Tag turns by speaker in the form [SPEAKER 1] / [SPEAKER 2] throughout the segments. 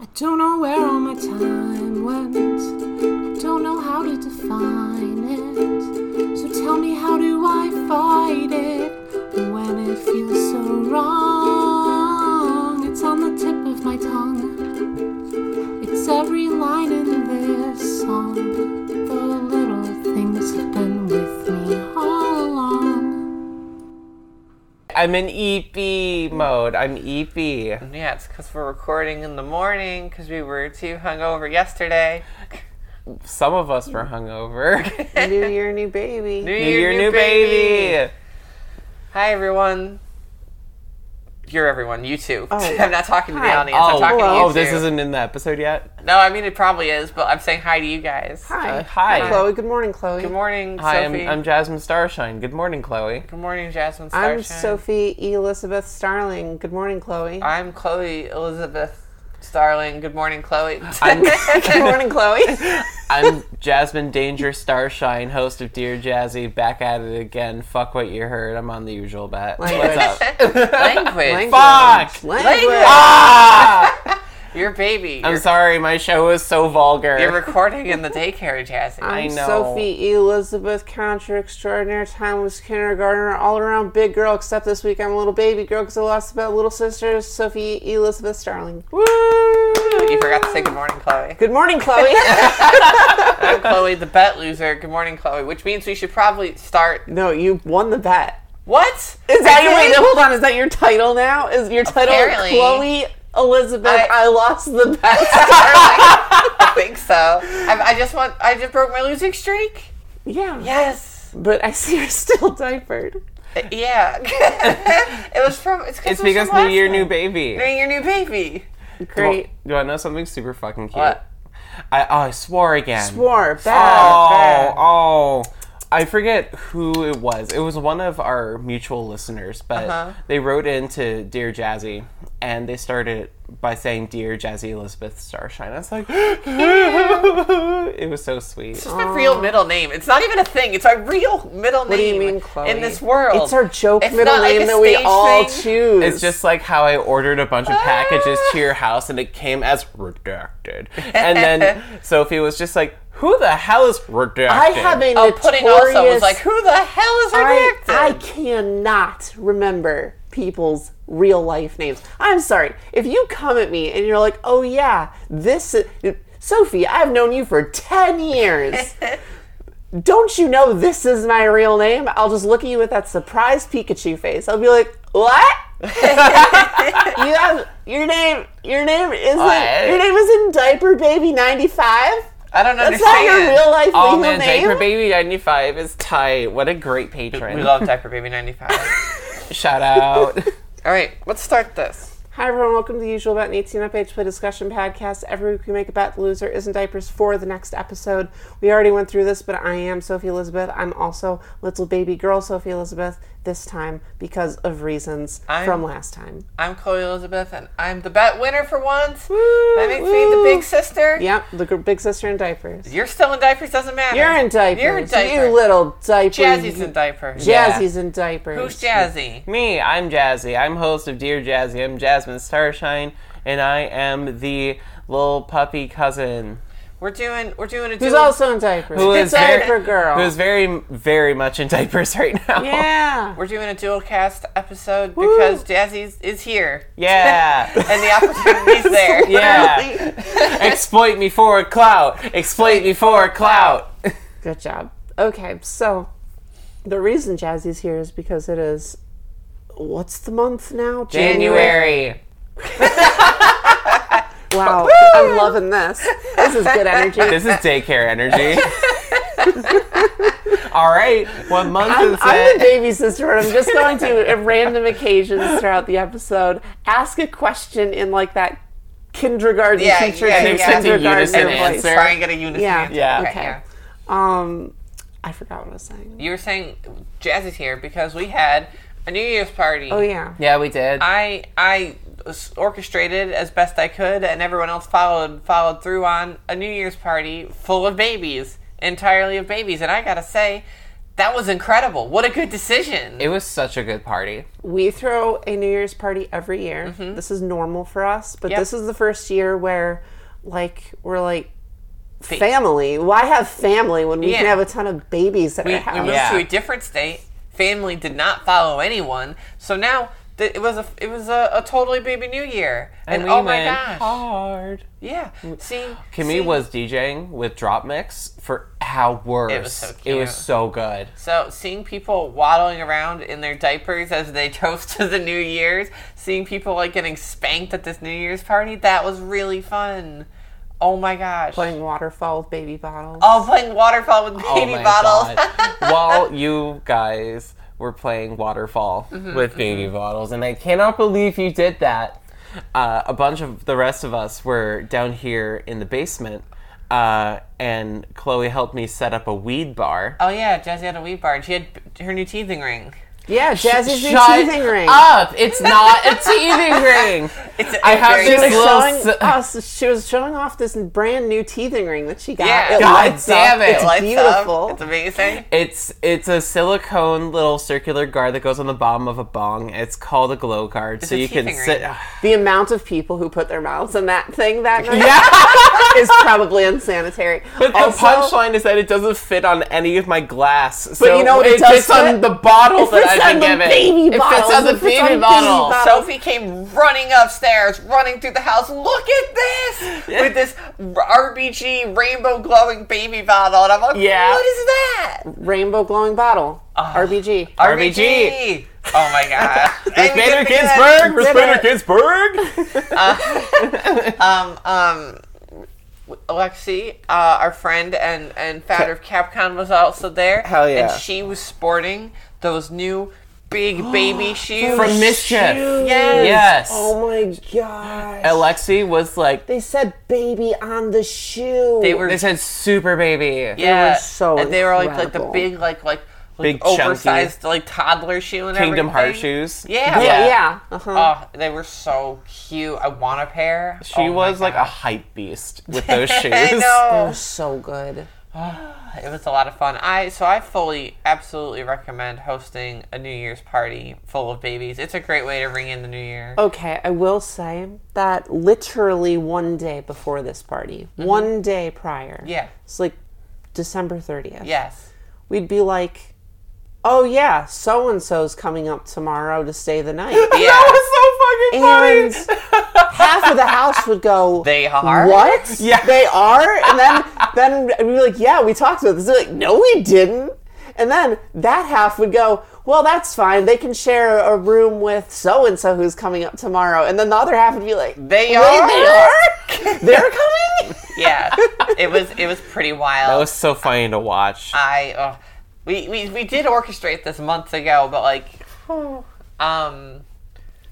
[SPEAKER 1] I don't know where all my time went. I don't know how to define it. So tell me, how do I fight it when it feels so wrong? It's on the tip of my tongue. It's every line in this song. The little things have been with me all along.
[SPEAKER 2] I'm in EP mode. I'm E EP.
[SPEAKER 3] Yeah, it's because we're recording in the morning because we were too hungover yesterday.
[SPEAKER 2] Some of us were hungover.
[SPEAKER 4] new year, new baby.
[SPEAKER 2] New
[SPEAKER 3] New,
[SPEAKER 2] Year, new baby.
[SPEAKER 3] Hi, everyone. You're everyone. You too.
[SPEAKER 4] Oh.
[SPEAKER 3] I'm not talking to the
[SPEAKER 4] Hi.
[SPEAKER 3] audience.
[SPEAKER 2] Oh,
[SPEAKER 3] I'm talking to you
[SPEAKER 2] oh,
[SPEAKER 3] two.
[SPEAKER 2] this isn't in the episode yet.
[SPEAKER 3] No, I mean it probably is, but I'm saying hi to you guys.
[SPEAKER 4] Hi.
[SPEAKER 2] Uh, hi.
[SPEAKER 4] Chloe. Good morning, Chloe.
[SPEAKER 3] Good morning,
[SPEAKER 2] Hi, I'm,
[SPEAKER 3] Sophie.
[SPEAKER 2] I'm Jasmine Starshine. Good morning, Chloe.
[SPEAKER 3] Good morning, Jasmine Starshine.
[SPEAKER 4] I'm Sophie Elizabeth Starling. Good morning, Chloe.
[SPEAKER 3] I'm Chloe Elizabeth Starling. Good morning, Chloe.
[SPEAKER 2] I'm,
[SPEAKER 4] Good morning, Chloe.
[SPEAKER 2] I'm Jasmine Danger Starshine, host of Dear Jazzy. Back at it again. Fuck what you heard. I'm on the usual bat.
[SPEAKER 4] Language.
[SPEAKER 2] What's up?
[SPEAKER 3] Language.
[SPEAKER 2] Fuck!
[SPEAKER 4] Language.
[SPEAKER 2] Ah!
[SPEAKER 3] Your baby.
[SPEAKER 2] I'm
[SPEAKER 3] You're-
[SPEAKER 2] sorry, my show is so vulgar.
[SPEAKER 3] You're recording in the daycare, Jazzy.
[SPEAKER 2] I
[SPEAKER 4] I'm
[SPEAKER 2] know.
[SPEAKER 4] Sophie Elizabeth Contra, extraordinary timeless kindergartner, all around big girl, except this week I'm a little baby girl because I lost about little sisters, Sophie Elizabeth Starling.
[SPEAKER 2] Woo!
[SPEAKER 3] you forgot to say good morning, Chloe.
[SPEAKER 4] Good morning, Chloe.
[SPEAKER 3] I'm Chloe, the bet loser. Good morning, Chloe. Which means we should probably start.
[SPEAKER 4] no, you won the bet.
[SPEAKER 3] What?
[SPEAKER 4] Is that your,
[SPEAKER 3] I
[SPEAKER 4] wait,
[SPEAKER 3] did?
[SPEAKER 4] no, hold on, is that your title now? Is your title
[SPEAKER 3] Apparently.
[SPEAKER 4] Chloe Elizabeth,
[SPEAKER 3] I-
[SPEAKER 4] I, lost the bet?
[SPEAKER 3] I think so. I, I just want. I just broke my losing streak.
[SPEAKER 4] yeah.
[SPEAKER 3] Yes.
[SPEAKER 4] But I see you're still diapered.
[SPEAKER 3] Yeah. it was from. It's, 'cause
[SPEAKER 2] It's
[SPEAKER 3] it was
[SPEAKER 2] because
[SPEAKER 3] from
[SPEAKER 2] New Year,
[SPEAKER 3] last
[SPEAKER 2] New
[SPEAKER 3] time.
[SPEAKER 2] Baby.
[SPEAKER 3] New Year, new baby.
[SPEAKER 4] Great.
[SPEAKER 2] Do I know something super fucking cute?
[SPEAKER 3] What?
[SPEAKER 2] I oh, I swore again.
[SPEAKER 4] Swore. Bad.
[SPEAKER 2] Oh,
[SPEAKER 4] bad.
[SPEAKER 2] oh. I forget who it was. It was one of our mutual listeners, but
[SPEAKER 3] Uh-huh.
[SPEAKER 2] they wrote into Dear Jazzy and they started by saying Dear Jazzy Elizabeth Starshine. I was like It was so sweet.
[SPEAKER 3] It's my real middle name. It's not even a thing. It's my real middle name.
[SPEAKER 4] What do you mean, Chloe?
[SPEAKER 3] In this world,
[SPEAKER 4] It's our joke
[SPEAKER 3] It's
[SPEAKER 4] middle
[SPEAKER 3] not like
[SPEAKER 4] name
[SPEAKER 3] a
[SPEAKER 4] that we
[SPEAKER 3] stage
[SPEAKER 4] all
[SPEAKER 3] thing.
[SPEAKER 4] choose.
[SPEAKER 2] It's just like how I ordered a bunch of packages to your house and it came as redacted. And then Sophie was just like, Who the hell is redacted?
[SPEAKER 4] I have a
[SPEAKER 3] Oh,
[SPEAKER 4] notorious.
[SPEAKER 3] pudding also was like, who the hell is
[SPEAKER 4] I,
[SPEAKER 3] redacted?
[SPEAKER 4] I cannot remember people's real life names. I'm sorry if you come at me and you're like, "Oh yeah, this is, Sophie. I've known you for ten years." Don't you know this is my real name? I'll just look at you with that surprised Pikachu face. I'll be like, "What? you have your name? Your name isn't
[SPEAKER 2] What?
[SPEAKER 4] your name isn't Diaper Baby ninety five?
[SPEAKER 3] I don't
[SPEAKER 4] That's not
[SPEAKER 3] understand.
[SPEAKER 4] your real life
[SPEAKER 2] Oh
[SPEAKER 4] legal
[SPEAKER 2] man,
[SPEAKER 4] name."
[SPEAKER 2] Diaper Baby 95 is tight. What a great patron.
[SPEAKER 3] We love Diaper Baby 95.
[SPEAKER 2] Shout out.
[SPEAKER 3] All right, let's start this.
[SPEAKER 4] Hi everyone, welcome to the usual bet and 18 up age play discussion podcast. Every week we make a bet the loser isn't diapers for the next episode. We already went through this, but I am Sophie Elizabeth. I'm also little baby girl Sophie Elizabeth this time because of reasons
[SPEAKER 3] I'm-
[SPEAKER 4] from last time.
[SPEAKER 3] I'm Chloe Elizabeth, and I'm the bet winner for once. that makes me the big sister.
[SPEAKER 4] Yep, the gr- big sister in diapers.
[SPEAKER 3] You're still in diapers, doesn't matter.
[SPEAKER 4] You're in diapers.
[SPEAKER 3] You're in diapers.
[SPEAKER 4] You little diaper.
[SPEAKER 3] Jazzy's in diapers.
[SPEAKER 4] Jazzy's in diapers.
[SPEAKER 3] Who's Jazzy?
[SPEAKER 2] Me, I'm Jazzy. I'm host of Dear Jazzy. I'm Jasmine Starshine, and I am the little puppy cousin
[SPEAKER 3] We're doing we're doing a
[SPEAKER 4] Who's
[SPEAKER 3] dual-
[SPEAKER 4] also in diapers?
[SPEAKER 2] who is
[SPEAKER 4] diaper
[SPEAKER 2] very,
[SPEAKER 4] girl?
[SPEAKER 2] who is very, very much in diapers right now.
[SPEAKER 4] yeah.
[SPEAKER 3] we're doing a dual cast episode because Jazzy is here
[SPEAKER 2] yeah,
[SPEAKER 3] and the opportunity's there.
[SPEAKER 2] yeah. Exploit me for a clout. Exploit me for a clout.
[SPEAKER 4] Good job. Okay, so the reason Jazzy's here is because it is what's the month now?
[SPEAKER 2] January.
[SPEAKER 4] Wow, I'm loving this. This is good energy.
[SPEAKER 2] This is daycare energy. All right, what month
[SPEAKER 4] I'm,
[SPEAKER 2] is
[SPEAKER 4] I'm the
[SPEAKER 2] it?
[SPEAKER 4] baby sister, and I'm just going to at random occasions throughout the episode ask a question in like that kindergarten
[SPEAKER 3] Yeah,
[SPEAKER 4] teacher
[SPEAKER 3] yeah,
[SPEAKER 4] to
[SPEAKER 3] yeah.
[SPEAKER 4] kindergartner
[SPEAKER 2] Unison
[SPEAKER 4] voice.
[SPEAKER 2] answer.
[SPEAKER 3] Try and get a unison
[SPEAKER 4] Yeah.
[SPEAKER 3] answer.
[SPEAKER 2] Yeah.
[SPEAKER 3] Okay,
[SPEAKER 4] Okay.
[SPEAKER 3] yeah.
[SPEAKER 4] Um, I forgot what I was saying.
[SPEAKER 3] You were saying Jazz is here because we had a New Year's party.
[SPEAKER 4] Oh yeah,
[SPEAKER 2] Yeah, we did.
[SPEAKER 3] I I s- orchestrated as best I could, and everyone else followed followed through on a New Year's party full of babies, entirely of babies. And I gotta say, That was incredible. What a good decision.
[SPEAKER 2] It was such a good party.
[SPEAKER 4] we throw a New Year's party every year.
[SPEAKER 2] Mm-hmm.
[SPEAKER 4] This is normal for us, but
[SPEAKER 3] Yep.
[SPEAKER 4] this is the first year where, like, we're like family. Why have family when we can
[SPEAKER 3] Yeah.
[SPEAKER 4] have a ton of babies at
[SPEAKER 3] we,
[SPEAKER 4] our
[SPEAKER 3] we
[SPEAKER 4] house?
[SPEAKER 3] moved
[SPEAKER 2] Yeah.
[SPEAKER 3] to a different state. Family did not follow anyone, so now th- it was a it was a, a totally baby new year. And, oh my gosh,
[SPEAKER 2] hard.
[SPEAKER 3] yeah. See,
[SPEAKER 2] Kimmy
[SPEAKER 3] see?
[SPEAKER 2] was DJing with Drop Mix for hours.
[SPEAKER 3] It was so
[SPEAKER 2] It was
[SPEAKER 3] cute.
[SPEAKER 2] so good.
[SPEAKER 3] So seeing people waddling around in their diapers as they toast to the New Year's, seeing people like getting spanked at this New Year's party, that was really fun. Oh my gosh.
[SPEAKER 4] Playing waterfall with baby bottles.
[SPEAKER 3] oh, playing waterfall with
[SPEAKER 2] Oh
[SPEAKER 3] baby
[SPEAKER 2] my
[SPEAKER 3] bottles.
[SPEAKER 2] God. While you guys were playing Waterfall
[SPEAKER 3] Mm-hmm,
[SPEAKER 2] with baby bottles, and I cannot believe you did that. Uh, a bunch of the rest of us were down here in the basement, uh, and Chloe helped me set up a weed bar.
[SPEAKER 3] oh yeah, Jazzy had a weed bar. She had her new teething ring.
[SPEAKER 4] yeah, Jazzy's new
[SPEAKER 2] Shut
[SPEAKER 4] teething ring.
[SPEAKER 2] Up! It's not a teething ring.
[SPEAKER 3] It's
[SPEAKER 2] I have
[SPEAKER 3] very
[SPEAKER 4] She was
[SPEAKER 2] this
[SPEAKER 3] exciting.
[SPEAKER 2] little
[SPEAKER 4] showing
[SPEAKER 2] s-
[SPEAKER 4] us. She was showing off this brand new teething ring that she got.
[SPEAKER 3] Yeah.
[SPEAKER 4] It
[SPEAKER 2] God
[SPEAKER 4] lights
[SPEAKER 2] damn
[SPEAKER 4] up.
[SPEAKER 2] it.
[SPEAKER 4] It's
[SPEAKER 2] It
[SPEAKER 3] Lights up.
[SPEAKER 4] beautiful.
[SPEAKER 3] It's amazing.
[SPEAKER 2] It's it's a silicone little circular guard that goes on the bottom of a bong. It's called a glow guard, so
[SPEAKER 3] a
[SPEAKER 2] you can
[SPEAKER 3] teething
[SPEAKER 2] sit.
[SPEAKER 3] ring.
[SPEAKER 4] the amount of people who put their mouths in that thing that night is probably unsanitary.
[SPEAKER 2] But the
[SPEAKER 4] Also-
[SPEAKER 2] punchline is that it doesn't fit on any of my glass. But
[SPEAKER 4] you know what it
[SPEAKER 2] it
[SPEAKER 4] does
[SPEAKER 2] fits on
[SPEAKER 4] fit?
[SPEAKER 2] the bottle
[SPEAKER 4] It
[SPEAKER 2] that
[SPEAKER 4] fits
[SPEAKER 2] I've been
[SPEAKER 4] on the
[SPEAKER 2] given.
[SPEAKER 4] baby
[SPEAKER 2] it fits
[SPEAKER 4] bottles.
[SPEAKER 2] on the
[SPEAKER 4] It fits on
[SPEAKER 2] baby
[SPEAKER 4] baby
[SPEAKER 2] bottle.
[SPEAKER 4] bottles.
[SPEAKER 3] Sophie came running upstairs, running through the house. Look at this! With this RBG rainbow glowing baby bottle. And I'm like,
[SPEAKER 2] Yeah.
[SPEAKER 3] what is that?
[SPEAKER 4] rainbow glowing bottle.
[SPEAKER 3] Ah.
[SPEAKER 4] RBG.
[SPEAKER 2] RBG.
[SPEAKER 3] Oh my god.
[SPEAKER 2] It's Bader Ginsburg. It's Bader Ginsburg.
[SPEAKER 3] Um, um, Lexi, uh, our friend and, and founder of Capcom, was also there.
[SPEAKER 2] Hell yeah.
[SPEAKER 3] And she was sporting those new big baby shoes.
[SPEAKER 2] From Mischief.
[SPEAKER 3] Yes.
[SPEAKER 2] Yes.
[SPEAKER 4] Oh my god.
[SPEAKER 2] Alexi was like,
[SPEAKER 4] they said baby on the shoe.
[SPEAKER 3] They were
[SPEAKER 2] they said super baby.
[SPEAKER 3] yeah,
[SPEAKER 4] so
[SPEAKER 3] and they were like like the
[SPEAKER 4] incredible.
[SPEAKER 3] big like like, like
[SPEAKER 2] Big chunky.
[SPEAKER 3] oversized like toddler shoe and
[SPEAKER 2] Kingdom
[SPEAKER 3] everything.
[SPEAKER 2] Heart shoes.
[SPEAKER 3] Yeah.
[SPEAKER 4] yeah. yeah. Uh-huh.
[SPEAKER 3] Oh, they were so cute. I want a pair. Oh
[SPEAKER 4] Oh
[SPEAKER 2] She was like a hype beast with those shoes.
[SPEAKER 3] I know.
[SPEAKER 4] They're so good.
[SPEAKER 3] It was a lot of fun. I so I fully, absolutely recommend hosting a New Year's party full of babies. It's a great way to ring in the New Year.
[SPEAKER 4] Okay, I will say that literally one day before this party, one day prior.
[SPEAKER 3] Mm-hmm. Yeah.
[SPEAKER 4] It's like December 30th.
[SPEAKER 3] Yes.
[SPEAKER 4] We'd be like, oh yeah, so and so's coming up tomorrow to stay the night.
[SPEAKER 3] Yeah.
[SPEAKER 2] That was so fucking funny.
[SPEAKER 4] half of the house would go,
[SPEAKER 3] They are?
[SPEAKER 4] What?
[SPEAKER 2] Yeah.
[SPEAKER 4] They are? And then then we'd be like, Yeah, we talked about this. They're like, No, we didn't. And then that half would go, Well, that's fine. They can share a room with so and so who's coming up tomorrow. And then the other half would be like,
[SPEAKER 3] They
[SPEAKER 4] "Wait,
[SPEAKER 3] are?
[SPEAKER 4] They are? They're coming?
[SPEAKER 3] yeah. It was it was pretty wild.
[SPEAKER 2] That was so funny to watch.
[SPEAKER 3] I uh, we, we we did orchestrate this months ago, but like um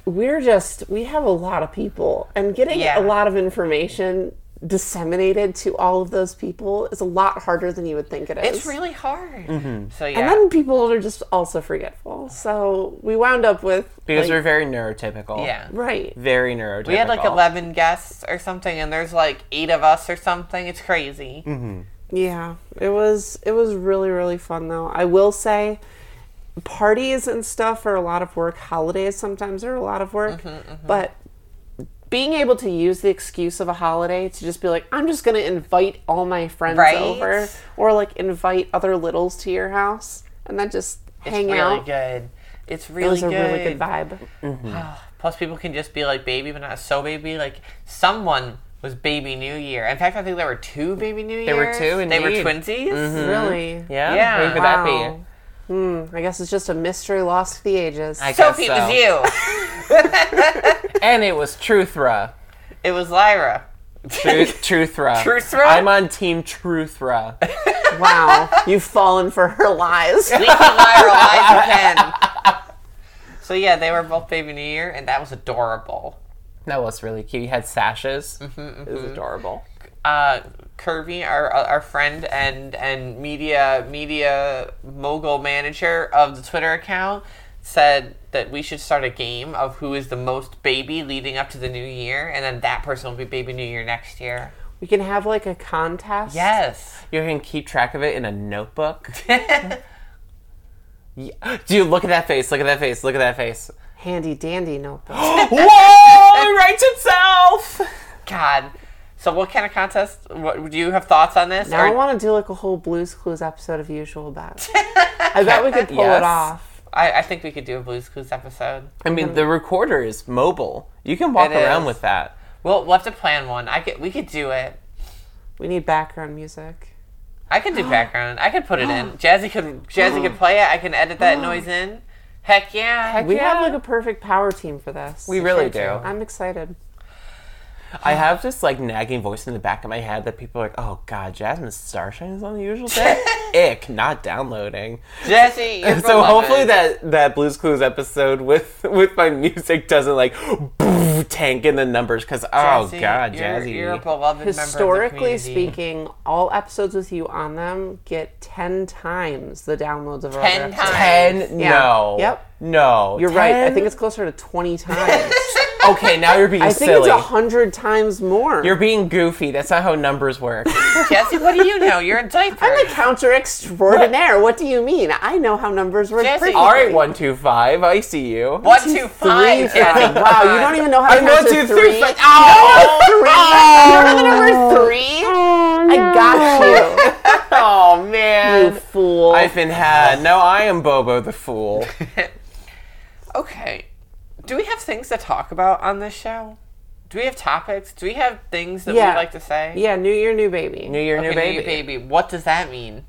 [SPEAKER 4] We're just we have a lot of people and getting
[SPEAKER 3] Yeah.
[SPEAKER 4] a lot of information disseminated to all of those people is a lot harder than you would think it is.
[SPEAKER 3] it's really hard.
[SPEAKER 2] Mm-hmm.
[SPEAKER 3] So yeah.
[SPEAKER 4] And then people are just also forgetful. So we wound up with
[SPEAKER 2] Because
[SPEAKER 4] like,
[SPEAKER 2] we're very neurotypical.
[SPEAKER 3] yeah.
[SPEAKER 4] right.
[SPEAKER 2] Very neurotypical.
[SPEAKER 3] We had like 11 guests or something and there's like 8 of us or something. It's crazy.
[SPEAKER 4] Yeah. It was it was really really fun though. I will say parties and stuff are a lot of work. Holidays sometimes are a lot of work, but being able to use the excuse of a holiday to just be like, I'm just gonna invite all my friends
[SPEAKER 3] Right?
[SPEAKER 4] over, or like invite other littles to your house, and then just hang
[SPEAKER 3] really
[SPEAKER 4] out.
[SPEAKER 3] good. It's really
[SPEAKER 4] It was a
[SPEAKER 3] good. Ah,
[SPEAKER 4] really good vibe.
[SPEAKER 3] Plus, people can just be like baby, but not so baby. Like someone was baby New Year. In fact, I think there were two baby New Years.
[SPEAKER 2] There were two,
[SPEAKER 3] They were
[SPEAKER 2] indeed. Mm-hmm.
[SPEAKER 3] twinsies.
[SPEAKER 4] Really,
[SPEAKER 2] Yeah.
[SPEAKER 3] Yeah.
[SPEAKER 2] Who could that be?
[SPEAKER 4] Wow. Hmm, I guess it's just a mystery lost to the ages.
[SPEAKER 2] I guess
[SPEAKER 3] Sophie, it
[SPEAKER 2] so.
[SPEAKER 3] was you.
[SPEAKER 2] And it was Truthra.
[SPEAKER 3] It was Lyra.
[SPEAKER 2] Truth, Truthra.
[SPEAKER 3] Truthra?
[SPEAKER 2] I'm on team Truthra.
[SPEAKER 4] wow, you've fallen for her lies.
[SPEAKER 3] We can Lyra lies again. So yeah, they were both baby New Year, and that was adorable.
[SPEAKER 2] That was really cute. You had sashes.
[SPEAKER 3] Mm-hmm.
[SPEAKER 2] It was adorable.
[SPEAKER 3] Uh, Kirby, our uh, our friend and and media media mogul manager of the Twitter account, said that we should start a game of who is the most baby leading up to the new year, and then that person will be baby new year next year.
[SPEAKER 4] We can have like a contest.
[SPEAKER 3] Yes,
[SPEAKER 2] You can keep track of it in a notebook. Yeah. Dude, look at that face. Look at that face. Look at that face.
[SPEAKER 4] Handy dandy notebook.
[SPEAKER 2] Whoa! It writes itself.
[SPEAKER 3] God. So what kind of contest? What, do you have thoughts on this?
[SPEAKER 4] now I
[SPEAKER 3] Or-
[SPEAKER 4] want to do like a whole Blues Clues episode of Usual Bet. I bet we could pull
[SPEAKER 2] Yes.
[SPEAKER 4] it off.
[SPEAKER 3] I, I think we could do a Blues Clues episode.
[SPEAKER 2] I mean, the recorder is mobile. You can walk
[SPEAKER 3] Mm-hmm. It
[SPEAKER 2] around
[SPEAKER 3] is.
[SPEAKER 2] with that.
[SPEAKER 3] We'll, we'll have to plan one. I could, we could do it.
[SPEAKER 4] We need background music.
[SPEAKER 3] I could do background. I could put it in. Jazzy could Jazzy could play it. I can edit that noise in. Heck yeah.
[SPEAKER 4] We have like a perfect power team for this.
[SPEAKER 2] We really do.
[SPEAKER 4] I'm excited.
[SPEAKER 2] I have this like nagging voice in the back of my head that people are like, "Oh God, Jasmine Starshine is on the usual day." Ick, not downloading.
[SPEAKER 3] Jazzy. You're
[SPEAKER 2] so hopefully
[SPEAKER 3] that
[SPEAKER 2] that that Blue's Clues episode with with my music doesn't like boom, tank in the numbers because oh God,
[SPEAKER 3] you're,
[SPEAKER 2] Jazzy.
[SPEAKER 3] You're a beloved member
[SPEAKER 4] Historically
[SPEAKER 3] of the community.
[SPEAKER 4] speaking, all episodes with you on them get 10 times the downloads of our other
[SPEAKER 3] 10
[SPEAKER 4] episodes.
[SPEAKER 3] times.
[SPEAKER 2] Ten?
[SPEAKER 4] Yeah.
[SPEAKER 2] No.
[SPEAKER 4] Yep.
[SPEAKER 2] No.
[SPEAKER 4] You're right. I
[SPEAKER 2] Ten?
[SPEAKER 4] think it's closer to 20 times.
[SPEAKER 2] okay. Now you're being
[SPEAKER 4] I think it's
[SPEAKER 2] silly.
[SPEAKER 4] it's 100 times more.
[SPEAKER 2] You're being goofy. That's not how numbers work.
[SPEAKER 3] Jazzy, what do you know? You're a diaper.
[SPEAKER 4] I'm a counter extraordinaire. What? do you mean? I know how numbers work.
[SPEAKER 3] Jesse,
[SPEAKER 4] pretty
[SPEAKER 2] All right,
[SPEAKER 4] quickly.
[SPEAKER 2] one two five. I see you.
[SPEAKER 3] one, two, five.
[SPEAKER 4] Three, five. Wow, you don't even know how to
[SPEAKER 2] I'm one
[SPEAKER 4] count
[SPEAKER 2] two
[SPEAKER 4] to
[SPEAKER 2] three.
[SPEAKER 4] three.
[SPEAKER 2] five. Oh,
[SPEAKER 4] Remember the number three? I got
[SPEAKER 2] Oh
[SPEAKER 4] you, you
[SPEAKER 2] man.
[SPEAKER 4] fool.
[SPEAKER 2] I've been had. No, I am Bobo the fool.
[SPEAKER 3] Okay. Do we have things to talk about on this show? Do we have topics? Do we have things that
[SPEAKER 4] Yeah.
[SPEAKER 3] we like to say?
[SPEAKER 4] yeah, new year, new baby.
[SPEAKER 2] New year, new
[SPEAKER 3] Okay,
[SPEAKER 2] baby.
[SPEAKER 3] new baby. What does that mean?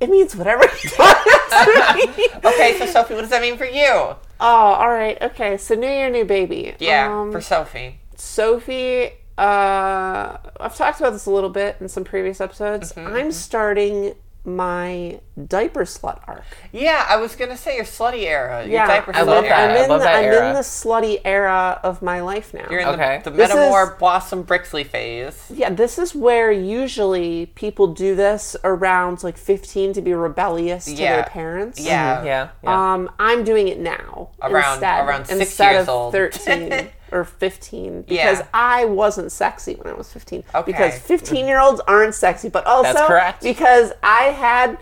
[SPEAKER 4] It means whatever it wants to mean.
[SPEAKER 3] Okay, so Sophie, what does that mean for you?
[SPEAKER 4] Oh, all right. Okay, so new year, new baby.
[SPEAKER 3] Yeah,
[SPEAKER 4] Um,
[SPEAKER 3] for Sophie.
[SPEAKER 4] Sophie, uh, I've talked about this a little bit in some previous episodes. I'm starting my diaper slut arc.
[SPEAKER 3] Yeah, I was gonna say your slutty era. Your diaper
[SPEAKER 4] I
[SPEAKER 2] love
[SPEAKER 3] slut
[SPEAKER 4] love
[SPEAKER 2] that.
[SPEAKER 3] era.
[SPEAKER 4] that. I'm
[SPEAKER 2] I
[SPEAKER 4] in,
[SPEAKER 2] love
[SPEAKER 4] the,
[SPEAKER 2] that
[SPEAKER 4] I'm
[SPEAKER 2] era.
[SPEAKER 4] in the slutty era of my life now.
[SPEAKER 3] You're in
[SPEAKER 2] Okay.
[SPEAKER 3] the, the
[SPEAKER 4] This
[SPEAKER 3] Metamore
[SPEAKER 4] is-
[SPEAKER 3] Blossom Brixley phase.
[SPEAKER 4] yeah, this is where usually people do this around like 15 to be rebellious to
[SPEAKER 3] Yeah.
[SPEAKER 4] their parents.
[SPEAKER 3] Yeah.
[SPEAKER 2] Yeah. yeah.
[SPEAKER 4] Um, I'm doing it now
[SPEAKER 3] Around-
[SPEAKER 4] instead,
[SPEAKER 3] around six
[SPEAKER 4] instead
[SPEAKER 3] years
[SPEAKER 4] of
[SPEAKER 3] old.
[SPEAKER 4] 13 or 15
[SPEAKER 3] Yeah.
[SPEAKER 4] because I wasn't sexy when I was 15
[SPEAKER 3] Okay.
[SPEAKER 4] because 15 year olds aren't sexy, but also
[SPEAKER 2] correct.
[SPEAKER 4] because I had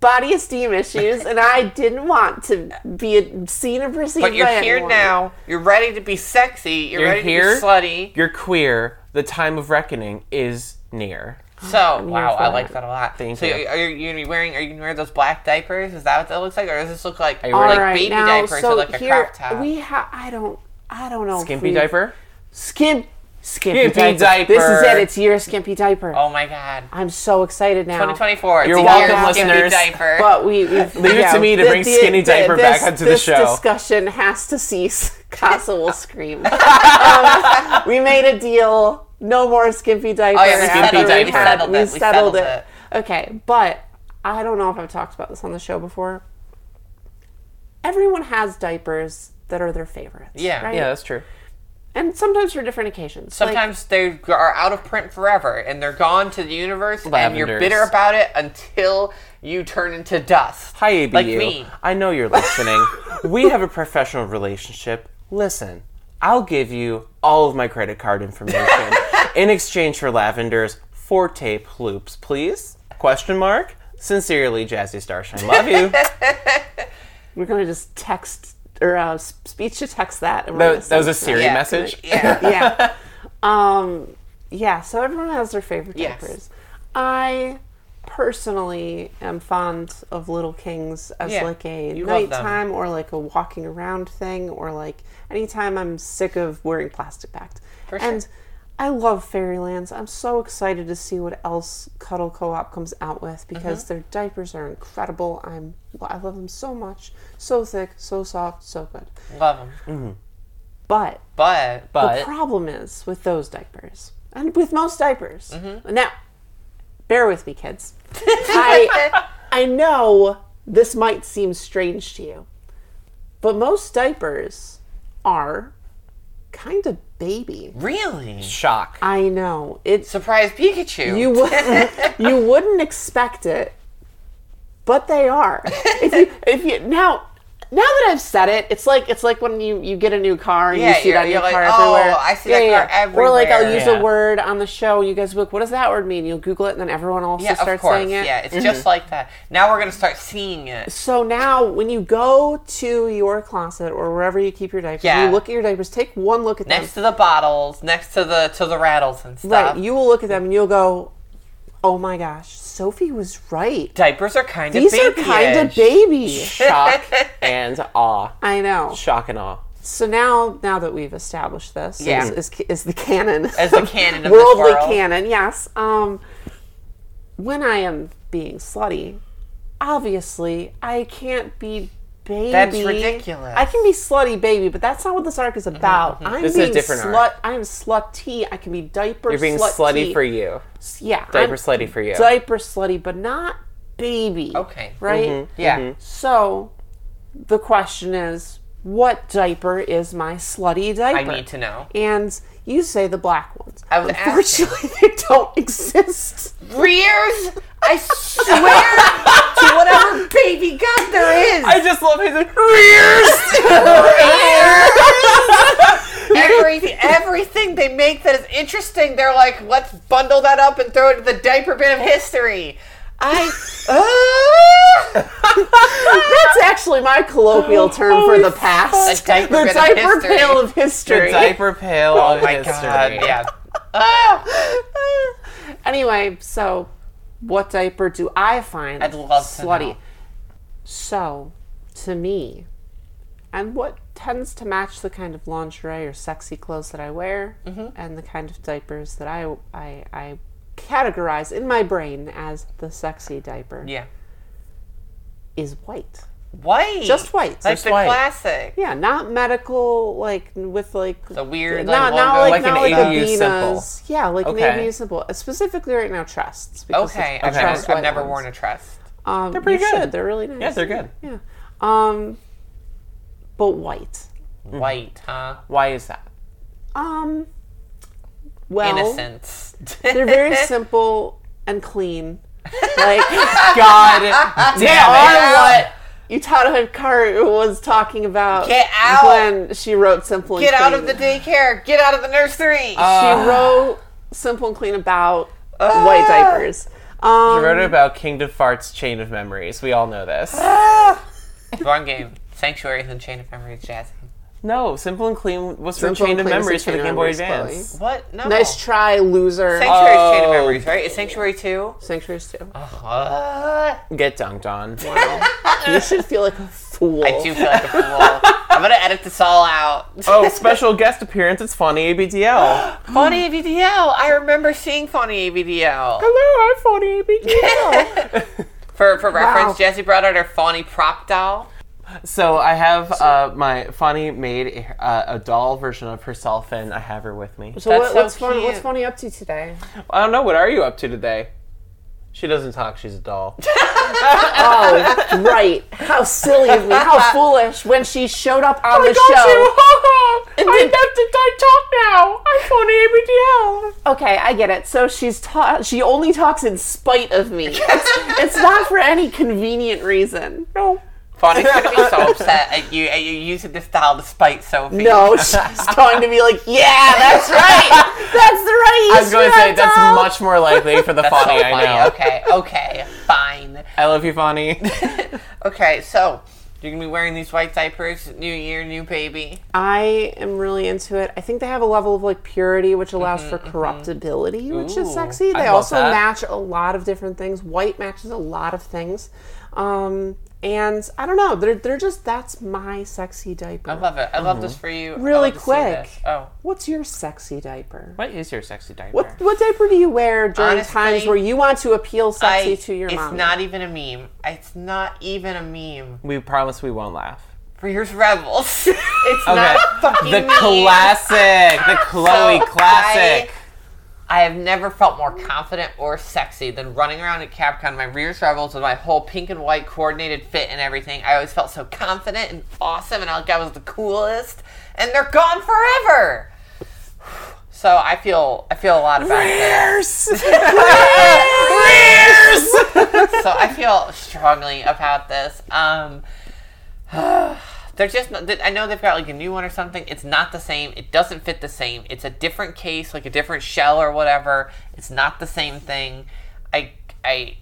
[SPEAKER 4] body esteem issues and I didn't want to be seen or perceived.
[SPEAKER 3] But you're
[SPEAKER 4] by
[SPEAKER 3] here
[SPEAKER 4] anyone.
[SPEAKER 3] now. You're ready to be sexy. You're,
[SPEAKER 2] You're
[SPEAKER 3] ready
[SPEAKER 2] here?
[SPEAKER 3] to be slutty.
[SPEAKER 2] You're queer. The time of reckoning is near.
[SPEAKER 3] So wow,
[SPEAKER 4] for
[SPEAKER 3] I
[SPEAKER 4] that.
[SPEAKER 3] like that a lot.
[SPEAKER 2] Thank
[SPEAKER 3] so
[SPEAKER 2] you.
[SPEAKER 3] are you gonna be wearing? Are you gonna wear those black diapers? Is that what that looks like, or does this look like,
[SPEAKER 2] All
[SPEAKER 3] like
[SPEAKER 2] right,
[SPEAKER 3] baby
[SPEAKER 4] now,
[SPEAKER 3] diapers
[SPEAKER 4] so
[SPEAKER 3] or like a
[SPEAKER 4] here
[SPEAKER 3] crop top?
[SPEAKER 4] we have. I don't. I don't know. if
[SPEAKER 2] Gimpy
[SPEAKER 4] we-
[SPEAKER 2] diaper.
[SPEAKER 4] Skimp. Skimpy,
[SPEAKER 2] Skimpy
[SPEAKER 4] diaper. This is
[SPEAKER 2] diaper.
[SPEAKER 4] it. It's your skimpy diaper.
[SPEAKER 3] oh my god,
[SPEAKER 4] I'm so excited now.
[SPEAKER 3] 2024.
[SPEAKER 2] You're
[SPEAKER 3] it's
[SPEAKER 2] welcome,
[SPEAKER 3] your skimpy
[SPEAKER 2] listeners.
[SPEAKER 3] Diaper.
[SPEAKER 4] But we leave
[SPEAKER 2] it to me to bring skinny diaper back onto the show.
[SPEAKER 4] This discussion has to cease. Casa will scream. Um, we made a deal. No more skimpy diapers.
[SPEAKER 3] Oh, yeah, we
[SPEAKER 4] after
[SPEAKER 2] settled it.
[SPEAKER 4] we
[SPEAKER 2] We
[SPEAKER 4] had-
[SPEAKER 3] settled
[SPEAKER 4] we
[SPEAKER 3] it. We
[SPEAKER 4] settled
[SPEAKER 3] settled
[SPEAKER 4] it. Okay, but I don't know if I've talked about this on the show before. Everyone has diapers that are their favorites.
[SPEAKER 3] Yeah.
[SPEAKER 4] right?
[SPEAKER 2] Yeah, that's true.
[SPEAKER 4] and sometimes for different occasions. Like,
[SPEAKER 3] Sometimes they are out of print forever and they're gone to the universe, and you're
[SPEAKER 2] Lavenders.
[SPEAKER 3] bitter about it until you turn into dust.
[SPEAKER 2] Hi, ABU.
[SPEAKER 3] Like me.
[SPEAKER 2] I know you're listening. we have a professional relationship. Listen, I'll give you all of my credit card information in exchange for lavenders four tape loops, please? Question mark. Sincerely, Jazzy Starshine. Love you. that,
[SPEAKER 4] we're gonna just text or uh, speech to text that. And we're gonna
[SPEAKER 2] that
[SPEAKER 4] send
[SPEAKER 2] was a
[SPEAKER 4] it to
[SPEAKER 2] Siri
[SPEAKER 3] Yeah.
[SPEAKER 2] message.
[SPEAKER 3] Yeah.
[SPEAKER 4] yeah. Um, yeah, so everyone has their favorite
[SPEAKER 3] Yes.
[SPEAKER 4] diapers. I personally am fond of Little Kings as
[SPEAKER 3] Yeah,
[SPEAKER 4] like a
[SPEAKER 3] you love them.
[SPEAKER 4] nighttime or like a walking around thing or like anytime I'm sick of wearing plastic bags. And I love Fairylands. I'm so excited to see what else Cuddle Co-op comes out with because
[SPEAKER 3] Uh-huh.
[SPEAKER 4] their diapers are incredible. I'm I love them so much. So thick, so soft, so good.
[SPEAKER 3] Love them.
[SPEAKER 4] But
[SPEAKER 3] But,
[SPEAKER 4] the
[SPEAKER 2] But
[SPEAKER 4] problem is with those diapers and with most diapers. Now, bear with me, kids. I, I know this might seem strange to you, but most diapers are kind of baby.
[SPEAKER 3] really?
[SPEAKER 2] shock.
[SPEAKER 4] I know it's
[SPEAKER 3] Surprise Pikachu.
[SPEAKER 4] you would you wouldn't expect it, but they are. If you, if you now. now that I've said it, it's like it's like when you, you get a new car and
[SPEAKER 3] Yeah,
[SPEAKER 4] you see
[SPEAKER 3] you're-
[SPEAKER 4] that new
[SPEAKER 3] you're like,
[SPEAKER 4] car
[SPEAKER 3] "Oh,
[SPEAKER 4] everywhere.
[SPEAKER 3] I see that car
[SPEAKER 4] Or like I'll
[SPEAKER 3] everywhere.
[SPEAKER 4] use
[SPEAKER 2] Yeah.
[SPEAKER 4] a word on the show and you guys will be like, what does that word mean? You'll Google it and then everyone else
[SPEAKER 3] Yeah,
[SPEAKER 4] will start
[SPEAKER 3] of course.
[SPEAKER 4] saying it. Mm-hmm.
[SPEAKER 3] Yeah, it's just like that. Now we're gonna start seeing it.
[SPEAKER 4] So now, when you go to your closet or wherever you keep your diapers,
[SPEAKER 3] Yeah.
[SPEAKER 4] you look at your diapers. Take one look at
[SPEAKER 3] Next
[SPEAKER 4] them.
[SPEAKER 3] to the bottles, next to the to the rattles and stuff.
[SPEAKER 4] um, Right, you will look at them and you'll go, "Oh my gosh, Sophie was right.
[SPEAKER 3] Diapers are kind
[SPEAKER 4] These
[SPEAKER 3] of
[SPEAKER 4] are
[SPEAKER 3] baby.
[SPEAKER 4] kind of baby."
[SPEAKER 2] Shock and awe.
[SPEAKER 4] I know.
[SPEAKER 2] Shock and awe.
[SPEAKER 4] So now, now that we've established this,
[SPEAKER 3] Yeah.
[SPEAKER 4] is, is is the canon
[SPEAKER 3] As the canon of this
[SPEAKER 4] worldly
[SPEAKER 3] world.
[SPEAKER 4] canon. Yes. Um, when I am being slutty, obviously I can't be baby.
[SPEAKER 3] That's ridiculous.
[SPEAKER 4] I can be slutty baby, but that's not what this arc is about. I'm
[SPEAKER 2] Mm-hmm, This is a
[SPEAKER 4] being
[SPEAKER 2] different
[SPEAKER 4] slut.
[SPEAKER 2] arc.
[SPEAKER 4] I'm slutty. I can be diaper.
[SPEAKER 2] You're being
[SPEAKER 4] slut
[SPEAKER 2] slutty
[SPEAKER 4] tea.
[SPEAKER 2] for you.
[SPEAKER 4] yeah.
[SPEAKER 2] Diaper
[SPEAKER 4] I'm
[SPEAKER 2] slutty for you.
[SPEAKER 4] Diaper slutty, but not baby.
[SPEAKER 3] Okay.
[SPEAKER 4] Right.
[SPEAKER 2] Mm-hmm.
[SPEAKER 3] Yeah.
[SPEAKER 4] So, the question is, what diaper is my slutty
[SPEAKER 3] I
[SPEAKER 4] diaper?
[SPEAKER 3] need to know.
[SPEAKER 4] And you say the black ones.
[SPEAKER 3] I was asking.
[SPEAKER 4] Unfortunately, they don't exist.
[SPEAKER 3] Rears? I swear to whatever baby god there is.
[SPEAKER 2] I just love his rears.
[SPEAKER 3] Every, everything they make that is interesting, they're like, let's bundle that up and throw it in the diaper bin of history. I.
[SPEAKER 4] Ah! That's actually my colloquial term for the past.
[SPEAKER 3] Oh, fuck. A diaper
[SPEAKER 4] the
[SPEAKER 3] bit of
[SPEAKER 4] diaper
[SPEAKER 3] history.
[SPEAKER 4] pail of history.
[SPEAKER 2] the diaper pail
[SPEAKER 3] oh
[SPEAKER 2] of
[SPEAKER 3] my
[SPEAKER 2] history.
[SPEAKER 3] god! Yeah. Ah!
[SPEAKER 4] Anyway, so what diaper do I find
[SPEAKER 3] I'd love to
[SPEAKER 4] slutty?
[SPEAKER 3] know.
[SPEAKER 4] So, to me, and what tends to match the kind of lingerie or sexy clothes that I wear,
[SPEAKER 3] Mm-hmm.
[SPEAKER 4] and the kind of diapers that I, I I categorize in my brain as the sexy diaper
[SPEAKER 3] yeah.
[SPEAKER 4] is white,
[SPEAKER 3] White.
[SPEAKER 4] just white.
[SPEAKER 3] Like
[SPEAKER 4] Just-
[SPEAKER 3] the
[SPEAKER 2] white.
[SPEAKER 3] classic.
[SPEAKER 4] yeah, not medical, like with like
[SPEAKER 3] The weird. Like,
[SPEAKER 4] not, not
[SPEAKER 3] logo.
[SPEAKER 4] like,
[SPEAKER 2] Like an
[SPEAKER 4] not like
[SPEAKER 2] ABU
[SPEAKER 4] Avena's. Yeah, like
[SPEAKER 2] Okay.
[SPEAKER 4] an ABU simple. Specifically right now, trusts. because
[SPEAKER 3] Okay.
[SPEAKER 4] it's
[SPEAKER 3] I've never,
[SPEAKER 4] trussed
[SPEAKER 3] I've
[SPEAKER 4] white
[SPEAKER 3] never
[SPEAKER 4] ones.
[SPEAKER 3] worn a trust.
[SPEAKER 4] Um, they're
[SPEAKER 2] pretty good.
[SPEAKER 4] They're really nice.
[SPEAKER 2] Yeah, they're good.
[SPEAKER 4] Yeah. Um, but white.
[SPEAKER 3] White, huh?
[SPEAKER 2] Why is that?
[SPEAKER 4] Um, well,
[SPEAKER 3] Innocence.
[SPEAKER 4] they're very simple and clean. Like
[SPEAKER 2] God damn
[SPEAKER 4] are what Utada Hikaru was talking about
[SPEAKER 3] Get out.
[SPEAKER 4] when she wrote "Simple and
[SPEAKER 3] Get out of
[SPEAKER 4] Clean.
[SPEAKER 3] the daycare. Get out of the nursery.
[SPEAKER 4] She wrote "Simple and Clean" about white diapers. Um,
[SPEAKER 2] I wrote it about Kingdom Fart's Chain of Memories. We all know this.
[SPEAKER 4] Ah!
[SPEAKER 3] Wrong game. Sanctuaries and Chain of Memories, Jazzy.
[SPEAKER 2] No, Simple and Clean was from
[SPEAKER 4] Simple
[SPEAKER 2] Chain
[SPEAKER 4] and
[SPEAKER 2] of
[SPEAKER 4] Clean was
[SPEAKER 2] Memories for
[SPEAKER 4] from
[SPEAKER 2] the
[SPEAKER 4] Chain
[SPEAKER 2] Game
[SPEAKER 4] of
[SPEAKER 2] Boy
[SPEAKER 4] Memories,
[SPEAKER 2] Advance.
[SPEAKER 3] What? No.
[SPEAKER 4] Nice try, loser.
[SPEAKER 3] Sanctuary's Chain of
[SPEAKER 2] Oh.
[SPEAKER 3] Memories, right? Is Sanctuary 2?
[SPEAKER 4] Sanctuaries too.
[SPEAKER 2] Get dunked on.
[SPEAKER 4] You should feel like a fool.
[SPEAKER 3] I do feel like a fool. I'm gonna edit this all out.
[SPEAKER 2] Oh, special guest appearance. It's Funny ABDL.
[SPEAKER 3] Funny ABDL. I remember seeing Funny ABDL.
[SPEAKER 2] Hello, I'm Funny ABDL.
[SPEAKER 3] For for reference,
[SPEAKER 4] Wow.
[SPEAKER 3] Jesse brought out her Funny prop doll.
[SPEAKER 2] So I have uh, my Fani made uh, a doll version of herself, and I have her with me.
[SPEAKER 4] So
[SPEAKER 3] That's
[SPEAKER 4] what,
[SPEAKER 3] so
[SPEAKER 4] what's funny? What's
[SPEAKER 3] cute.
[SPEAKER 4] funny up to today?
[SPEAKER 2] I don't know. What are you up to today? She doesn't talk. She's a doll.
[SPEAKER 4] Oh, right. How silly of me. How foolish when she showed up on the show.
[SPEAKER 2] you.
[SPEAKER 4] I did-
[SPEAKER 2] I talk now. I'm Fani ABDL.
[SPEAKER 4] Okay, I get it. So she's ta- she only talks in spite of me. It's, it's not for any convenient reason. No.
[SPEAKER 3] Funny's gonna be so upset at you at you using this doll to spite Sophie.
[SPEAKER 4] No, she's going to be like, yeah, that's right. That's the right.
[SPEAKER 2] I was going to say that's much more likely for the
[SPEAKER 3] So
[SPEAKER 2] Fani. I
[SPEAKER 3] funny.
[SPEAKER 2] know.
[SPEAKER 3] Okay, okay, fine.
[SPEAKER 2] I love you, Fani.
[SPEAKER 3] Okay, so you're gonna be wearing these white diapers, new year, new baby.
[SPEAKER 4] I am really into it. I think they have a level of like purity, which allows
[SPEAKER 3] Mm-hmm,
[SPEAKER 4] for corruptibility, which
[SPEAKER 2] Ooh,
[SPEAKER 4] is sexy.
[SPEAKER 2] I
[SPEAKER 4] They
[SPEAKER 2] love
[SPEAKER 4] also
[SPEAKER 2] that.
[SPEAKER 4] match a lot of different things. White matches a lot of things, um, and I don't know. They're they're just that's my sexy diaper.
[SPEAKER 3] I love it. I
[SPEAKER 2] Mm-hmm.
[SPEAKER 3] love this for you. I
[SPEAKER 4] Really
[SPEAKER 3] love to see
[SPEAKER 4] quick.
[SPEAKER 3] this. Oh,
[SPEAKER 4] What's your sexy diaper?
[SPEAKER 2] what is your sexy diaper?
[SPEAKER 4] What what diaper do you wear during
[SPEAKER 3] Honestly,
[SPEAKER 4] times where you want to appeal sexy
[SPEAKER 3] I-
[SPEAKER 4] to your
[SPEAKER 3] it's
[SPEAKER 4] mom?
[SPEAKER 3] not even a meme. It's not even a meme.
[SPEAKER 2] We promise we won't laugh.
[SPEAKER 3] Rears Rebels. It's not a fucking
[SPEAKER 2] the
[SPEAKER 3] meme.
[SPEAKER 2] classic, the Chloe
[SPEAKER 3] So,
[SPEAKER 2] classic.
[SPEAKER 3] I, I have never felt more confident or sexy than running around at Capcom in my Rears Rebels with my whole pink and white coordinated fit and everything. I always felt so confident and awesome and like I was the coolest. And they're gone forever. So I feel I feel a lot about it. so I feel strongly about this. Um, They're just. not- I know they've got like a new one or something. It's not the same. It doesn't fit the same. It's a different case, like a different shell or whatever. It's not the same thing. I. I.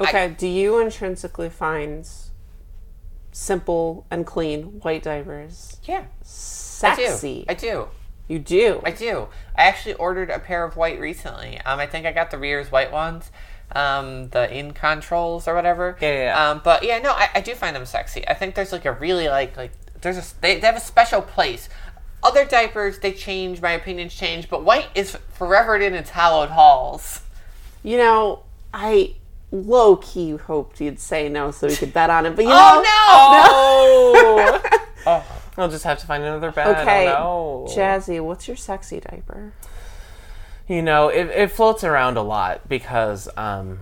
[SPEAKER 4] Okay, do you intrinsically find simple and clean white diapers
[SPEAKER 3] Yeah. I do.
[SPEAKER 4] sexy?
[SPEAKER 3] I do.
[SPEAKER 4] you do.
[SPEAKER 3] I do. I actually ordered a pair of white recently. Um, I think I got the Rears white ones, um, the in controls or whatever.
[SPEAKER 2] Yeah, yeah, yeah.
[SPEAKER 3] Um, but yeah, no, I, I do find them sexy. I think there's like a really like like there's a they, they have a special place. Other diapers they change, my opinions change, but white is forever in its hallowed halls.
[SPEAKER 4] you know, I low key hoped you'd say no so we could bet on it. But you
[SPEAKER 3] Oh
[SPEAKER 4] know,
[SPEAKER 3] no!
[SPEAKER 2] Oh. oh, I'll just have to find another bed.
[SPEAKER 4] Okay,
[SPEAKER 2] Oh, no.
[SPEAKER 4] Jazzy, what's your sexy diaper?
[SPEAKER 2] you know, it, it floats around a lot because, um,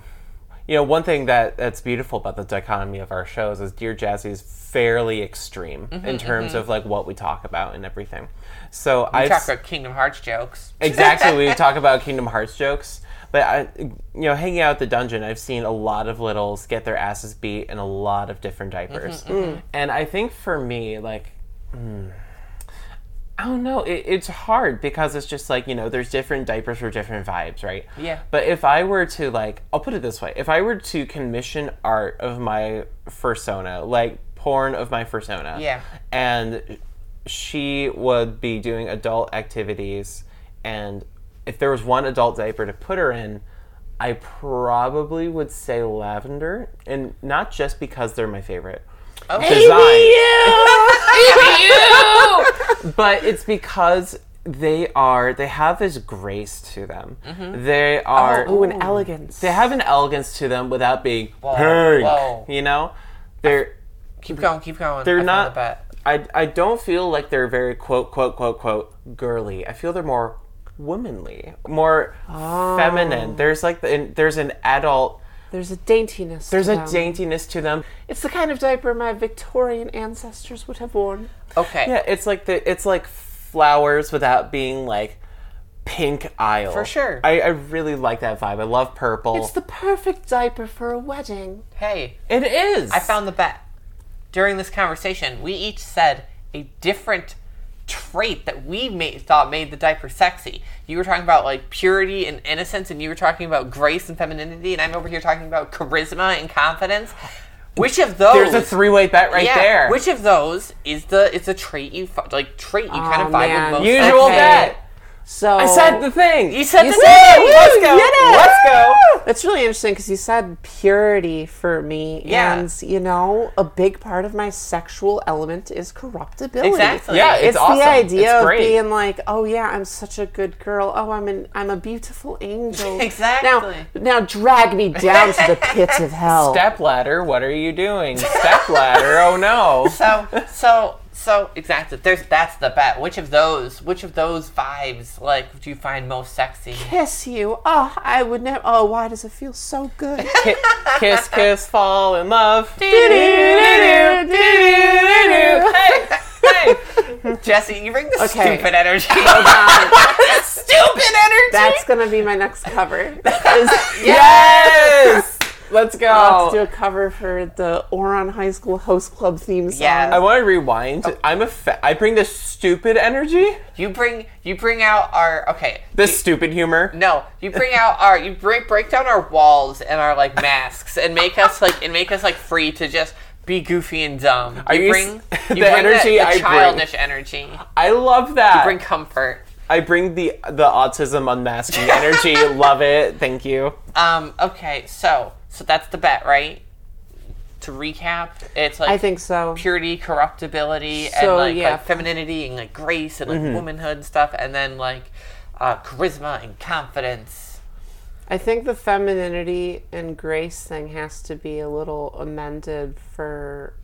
[SPEAKER 2] you know, one thing that that's beautiful about the dichotomy of our shows is Dear Jazzy is fairly extreme in terms of like what we talk about and everything. So I
[SPEAKER 3] Talk about Kingdom Hearts jokes.
[SPEAKER 2] exactly we talk about Kingdom Hearts jokes, but I, you know, hanging out at the dungeon, I've seen a lot of littles get their asses beat in a lot of different diapers, and I think for me, like hmm, I don't know. It, it's hard because it's just like you know, there's different diapers for different vibes, right?
[SPEAKER 3] Yeah.
[SPEAKER 2] But if I were to like, I'll put it this way: if I were to commission art of my persona, like porn of my persona,
[SPEAKER 3] Yeah.
[SPEAKER 2] and she would be doing adult activities, and if there was one adult diaper to put her in. I probably would say lavender, and not just because they're my favorite.
[SPEAKER 3] Oh.
[SPEAKER 2] Design but it's because they are they have this grace to them.
[SPEAKER 3] Mm-hmm.
[SPEAKER 2] They are
[SPEAKER 4] Oh, Ooh, an elegance.
[SPEAKER 2] they have an elegance to them without being
[SPEAKER 3] Whoa,
[SPEAKER 2] pink.
[SPEAKER 3] whoa.
[SPEAKER 2] You know, they're
[SPEAKER 3] keep going, keep going.
[SPEAKER 2] they're
[SPEAKER 3] I found
[SPEAKER 2] not.
[SPEAKER 3] the bet.
[SPEAKER 2] I I don't feel like they're very quote quote quote quote girly. I feel they're more womanly, more
[SPEAKER 3] Oh.
[SPEAKER 2] feminine. There's like the, and there's an adult.
[SPEAKER 4] There's a daintiness.
[SPEAKER 2] There's
[SPEAKER 4] to
[SPEAKER 2] a
[SPEAKER 4] them.
[SPEAKER 2] daintiness to them.
[SPEAKER 4] It's the kind of diaper my Victorian ancestors would have worn.
[SPEAKER 3] Okay.
[SPEAKER 2] Yeah, it's like the it's like flowers without being like pink aisle.
[SPEAKER 3] For sure.
[SPEAKER 2] I, I really like that vibe. I love purple.
[SPEAKER 4] It's the perfect diaper for a wedding.
[SPEAKER 3] Hey,
[SPEAKER 2] it is.
[SPEAKER 3] I found the bet. During this conversation, we each said a different trait that we made, thought made the diaper sexy. You were talking about like purity and innocence, and you were talking about grace and femininity, and I'm over here talking about charisma and confidence. Which of those?
[SPEAKER 2] there's a three way bet right
[SPEAKER 3] yeah,
[SPEAKER 2] there.
[SPEAKER 3] Which of those is the is the trait you fi- like trait you kind of
[SPEAKER 4] Aw,
[SPEAKER 3] vibe
[SPEAKER 4] man.
[SPEAKER 3] with most?
[SPEAKER 2] Oh, usual
[SPEAKER 4] Okay.
[SPEAKER 2] bet?
[SPEAKER 4] So
[SPEAKER 2] I said the thing.
[SPEAKER 3] Oh. You said
[SPEAKER 4] You
[SPEAKER 3] the
[SPEAKER 4] said
[SPEAKER 3] name!
[SPEAKER 4] it!
[SPEAKER 3] Let's go.
[SPEAKER 4] You did it!
[SPEAKER 3] Let's go.
[SPEAKER 4] That's really interesting because you said purity for me.
[SPEAKER 3] Yeah.
[SPEAKER 4] And, you know, a big part of my sexual element is corruptibility.
[SPEAKER 3] Exactly.
[SPEAKER 2] Yeah,
[SPEAKER 4] It's,
[SPEAKER 2] it's, awesome.
[SPEAKER 4] the idea
[SPEAKER 2] It's
[SPEAKER 4] of
[SPEAKER 2] great.
[SPEAKER 4] being like, oh yeah, I'm such a good girl. Oh, I'm an I'm a beautiful angel.
[SPEAKER 3] Exactly.
[SPEAKER 4] Now, now drag me down to the pits of hell.
[SPEAKER 2] Step ladder. What are you doing? Step ladder. Oh no.
[SPEAKER 3] so so so exactly there's that's the bet which of those which of those vibes like do you find most sexy
[SPEAKER 4] Kiss you. Oh, I would never. Oh, why does it feel so good?
[SPEAKER 2] Ki- kiss, kiss, fall in love.
[SPEAKER 3] jesse you bring the
[SPEAKER 4] Okay.
[SPEAKER 3] stupid energy
[SPEAKER 2] Oh, Stupid energy.
[SPEAKER 4] That's gonna be my next cover. Is-
[SPEAKER 2] yes. Let's go.
[SPEAKER 4] Let's do a cover for the Oron High School Host Club theme song.
[SPEAKER 3] Yes.
[SPEAKER 2] I want to rewind. I'm a. Fa- I bring this stupid energy,
[SPEAKER 3] you bring you bring out our okay
[SPEAKER 2] this stupid humor.
[SPEAKER 3] no you bring out our you break break down our walls and our like masks and make us like and make us like free to just be goofy and dumb. You
[SPEAKER 2] Are you
[SPEAKER 3] bring
[SPEAKER 2] s-
[SPEAKER 3] you
[SPEAKER 2] the
[SPEAKER 3] bring
[SPEAKER 2] energy
[SPEAKER 3] the,
[SPEAKER 2] I bring.
[SPEAKER 3] childish energy.
[SPEAKER 2] I love that.
[SPEAKER 3] Bring comfort.
[SPEAKER 2] I bring the the autism unmasking energy. love it. Thank you.
[SPEAKER 3] Um, okay, so so that's the bet, right? To recap, it's like
[SPEAKER 4] I think so.
[SPEAKER 3] purity, corruptibility, and
[SPEAKER 4] So,
[SPEAKER 3] like,
[SPEAKER 4] yeah. Mm-hmm.
[SPEAKER 3] like, femininity and like grace and like womanhood and stuff, and then like uh, charisma and confidence.
[SPEAKER 4] I think the femininity and grace thing has to be a little amended for